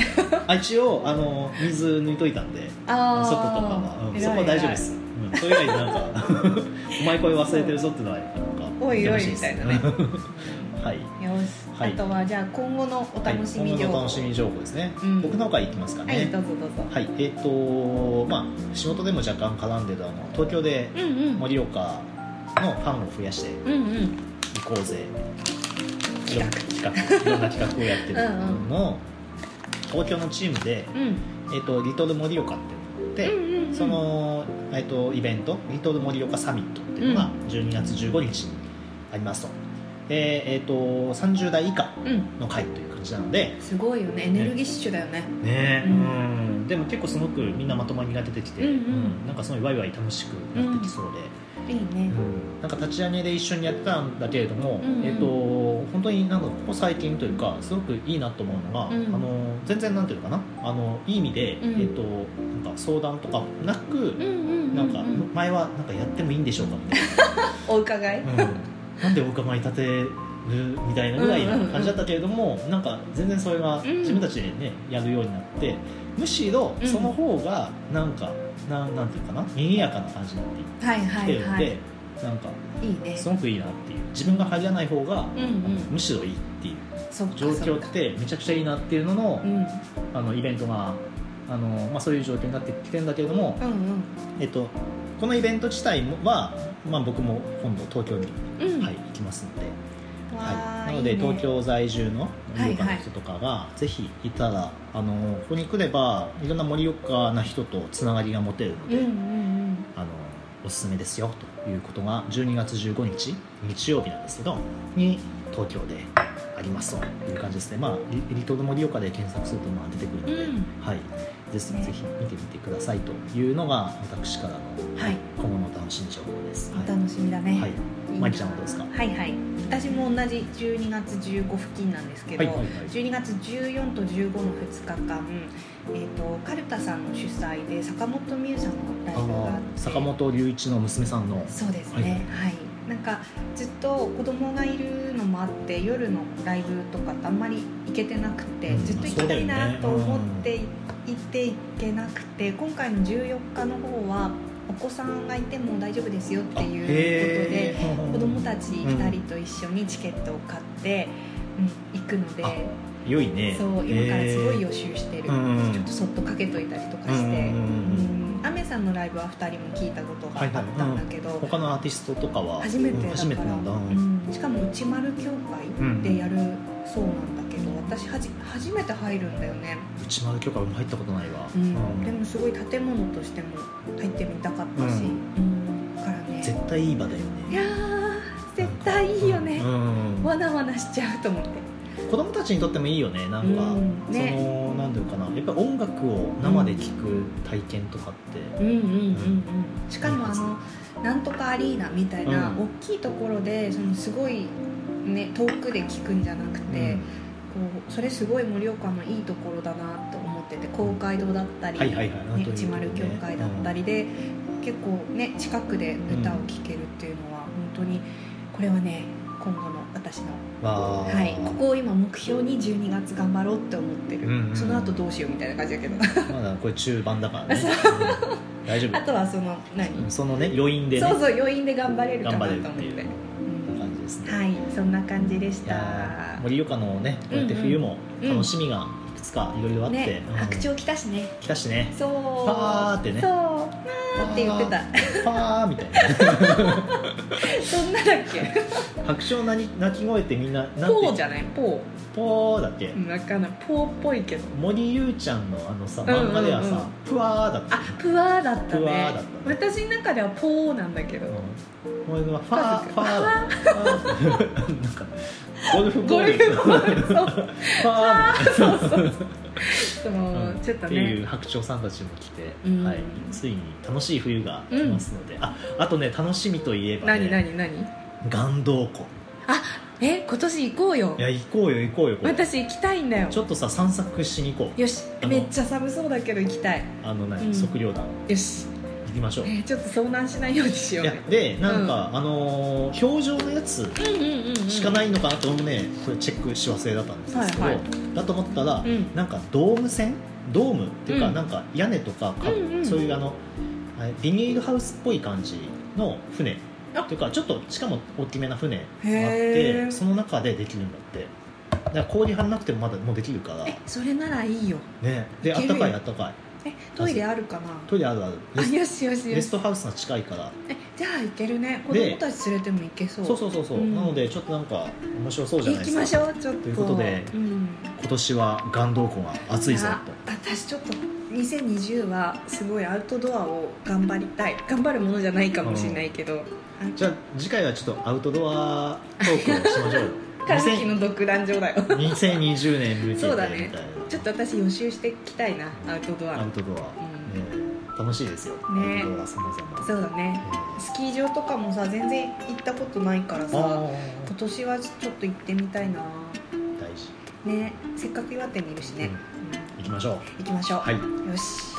B: あ一応あの水抜いといたんで
A: あ
B: 外とか
A: あ
B: は、うん、そこは大丈夫です、うん、それ以外なんか お前これ忘れてるぞってのはなんか
A: おいおい
B: 言
A: み
B: ってほ
A: たい
B: しで
A: な
B: す
A: ね
B: はい
A: よし、
B: はい
A: あとはじゃあ今後のお
B: はい
A: 楽しみ情
B: 今後の
A: 報
B: お楽しみ情報ですね、
A: うん
B: 僕の方からいきますか
A: はい、
B: ね
A: どうぞどうぞ
B: はい、えっ、とまあ仕事でも若干絡んでたあの東京で
A: うんうん
B: 盛岡のファンを増やして
A: うんうん
B: 行こうぜい
A: 企
B: ろん
A: 画
B: な企画いろんな企画をやってる
A: うん
B: のを東京のチームで、
A: うん
B: えっとリトル盛岡っていうのがあって、
A: うんうんうん
B: その、えっとイベントリトル盛岡サミットっていうのが12月15日にありますと、でえっと30代以下
A: うん
B: の会という感じなのです
A: ごいよねエネルギッシュだよね
B: ね
A: う
B: うんん、でも結構すごくみんなまとまりが出てきて、
A: うんうん
B: なんかすごいワイワイ楽しくなってきそうで、
A: いいね
B: なんか立ち上げで一緒にやってたんだけれども、
A: うんうん
B: えっと本当になんかここ最近というかすごくいいなと思うのが、
A: うん
B: あの全然なんていうのかなあのいい意味で、
A: うん
B: えっとなんか相談とかなく、
A: うんうんうん、
B: なんか前はなんかやってもいいんでしょうかみたい
A: お伺い、
B: な、うんなんでお伺い立てるみたいなぐらいの感じだったけれども、なんか全然それが
A: うん
B: 自分たちでね、やるようになってむしろその方がなんか、なんなんていうかな賑やかな感じになっていって
A: はいは
B: きて
A: い
B: るの
A: は
B: で、
A: い
B: なんか
A: いいね
B: すごくいいなっていう自分が入らない方が、
A: うんうん
B: むしろいいっていう
A: そっか
B: 状況
A: そ
B: っ
A: か
B: てめちゃくちゃいいなっていうのの,、
A: うんうん
B: あのイベントがあの、まあ、そういう状況になってきてるんだけれども、
A: うん
B: えっと、このイベント自体もは、まあ、僕も今度東京に、
A: うん
B: はい、行きますので、はい、な
A: わー
B: ので
A: いいね
B: 東京在住の盛岡の人とかが、ぜひいたらあのここに来ればいろんな盛岡な人とつながりが持てるの
A: う
B: で、
A: んうんうん
B: あのおすすめですよということが12月15日日曜日なんですけどに東京でありますという感じですねまあリリトル盛岡で検索するとまあ出てくるので、
A: うん
B: はいです
A: ね
B: ぜひ見てみてくださいというのが私からの
A: はい
B: 今後の楽しみ情報です。
A: お楽しみだね
B: はい、
A: いい
B: マキちゃんはどうですか。
A: はいはい私も同じ12月15付近なんですけど、
B: はいはいはい
A: 12月14と15の2日間、えー、とカルタさんの主催で坂本美優さんのライ
B: あ
A: ブがあっ
B: の
A: て
B: 坂本龍一の娘さんの。
A: そうですねはい、なんかずっと子供がいるのもあって夜のライブとかってあんまり行けてなくて、
B: うん
A: ずっと行きたいなと思って行って行けなくて、今回の14日の方はお子さんがいても大丈夫ですよっていうことで
B: へー
A: 子供たち2人と一緒にチケットを買って、うん、行くので
B: あ良いね。
A: そう今からすごい
B: よ。
A: 予習してる、
B: うん
A: ちょっとそっとかけといたりとか
B: うん
A: し
B: うん
A: て、
B: う
A: うんんアメさんのライブは2人も聞いたことがあったんだけど、
B: 他のアーティストとかは
A: 初めてだか
B: うん
A: ら、
B: 初めてなんだ。
A: うんしかも内丸協会でやるそうなんだけど、私はじ初めて入るんだよね、
B: 内丸許可俺も入ったことないわ。
A: う
B: うんん
A: でもすごい建物としても入ってみたかったし、
B: う
A: うんだからね
B: 絶対いい場だよ
A: い
B: ね。
A: やー絶対いいよね、
B: うん
A: わなわなしちゃうと思って
B: 子供たちにとってもいいよね。なんか
A: うん
B: そ
A: ね
B: のなんていうのかな。やっぱ音楽を生で聴く体験とかっ
A: う
B: て。
A: んうんうんうんしかもあのなんとかアリーナみたいな
B: うん
A: 大きいところでそのすごい、ね、遠くで聞くんじゃなくて、
B: うん
A: こうそれすごい盛岡のいいところだなと思ってて公会堂だったり、
B: はいはいはい本
A: ね
B: 当、に
A: 千丸教会だったりで、結構ね近くで歌を聴けるっていうのは本当にこれはね今後の私の、
B: わー
A: はい、ここを今目標に12月頑張ろうって思ってる、
B: うんうん
A: その後どうしようみたいな感じだけど
B: まだこれ中盤だからね。うん大丈
A: あ
B: 夫。
A: とはその何、
B: そのね余韻でね
A: そうそう余韻で頑張れるか
B: 頑
A: なと
B: 張れ
A: 思っ
B: るって
A: て
B: いう
A: うん
B: 感じですね。
A: はいそんな感じでし
B: い
A: た
B: やー盛岡のねこうやって
A: うんうん
B: 冬も楽しみがいくつかいろいろあって、
A: ね
B: うん
A: 白鳥来たしね
B: 来たしね
A: そう
B: パーってね
A: そうパーって言ってた
B: パーみたいな
A: そんなだっけ
B: 白鳥なに鳴き声ってみんななん
A: ポ
B: て
A: ーじゃないポ
B: ポーだっけ、
A: ーわかんないポーっぽいけど
B: 森ゆうちゃんのあのさ
A: んうんうん
B: 漫画ではさ、プワーだった
A: あプワーだったね
B: プワーだったね
A: 私の中ではポーなんだけど、
B: うん森はファーフ
A: パ
B: ァーだったファー なんかゴルフボ
A: ゴ
B: ー
A: ル
B: ル
A: フ ボールそう
B: ファー
A: そうそうそう、
B: うん
A: ちょっと
B: ってい
A: ね
B: う白鳥さんたちも来て、
A: うん
B: はい、ついに楽しい冬が来ますので、ああとね楽しみといえば、ね、
A: 何何何
B: 岩洞湖
A: え今年行こうよ
B: いや行こうよ行こうよこれ
A: 私行きたいんだよ
B: ちょっとさ散策しに行こう
A: よし
B: あの
A: めっちゃ寒そうだけど行きたい
B: あの何、
A: うん
B: 測量団
A: よし、
B: 行きましょう、
A: えーちょっと遭難しないようにしよう
B: いや
A: ね
B: でなんか、あのー表情のや
A: う
B: つ
A: んうんうんうん
B: しかないのかなと思うねこれチェックし忘れだったんですけど、
A: はいは
B: だと思ったら、
A: うん
B: なんかドーム線ドームっていうか、
A: うん
B: なんか屋根とかか
A: うんうん
B: そういうあのあれビニールハウスっぽい感じの船
A: あ
B: というかちょっとしかも大きめな船があっ
A: へ
B: て
A: ー
B: その中でできるんだってだから氷張らなくてもまだもうできるから
A: えそれならいいよ
B: ねであ
A: い
B: っ
A: ける
B: た
A: よ
B: かいあったかい
A: えトイレあるかな
B: トイレあるあるレ
A: あ
B: ス
A: よしよし
B: レ
A: よ
B: ス
A: し
B: トハウスが近いから
A: えじゃあ行けるね子
B: で
A: 供たち連れても行けそう
B: そうそうそうそう、
A: うん
B: なのでちょっとなんか面白そうじゃな
A: 行
B: いで
A: き
B: すか
A: ましょうちょっと
B: ということで
A: うん、
B: 今年は岩洞湖が暑いぞ
A: あ私ちょっと2020はすごいアウトドアを頑張りたい頑張るものじゃないかもしれないけど
B: とじゃあ次回はちょっとアウトドアトークをしましょう よ
A: 歓喜の独壇場だよ
B: 2020年向けて
A: そ
B: み
A: う
B: た
A: だ
B: いな、
A: ねちょっと私予習していきたいなアウトドア
B: アウトドア、ね楽しいですよ、
A: ね
B: アウトドアさまざま
A: そうだねスキー場とかもさ全然行ったことないからさ
B: あ
A: 今年はちょっと行ってみたいな
B: ー大事
A: ねせっかく岩手にいるしね、
B: 行きましょう
A: うん行きましょう、
B: はい
A: よし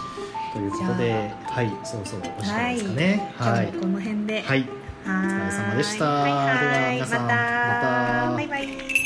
B: ということではいそうそうお時間ですかね
A: 今
B: は
A: 日
B: い
A: もこの辺で
B: はい
A: はーい
B: お疲れ様でした
A: はいはい
B: では皆さん
A: また
B: また
A: バイバイ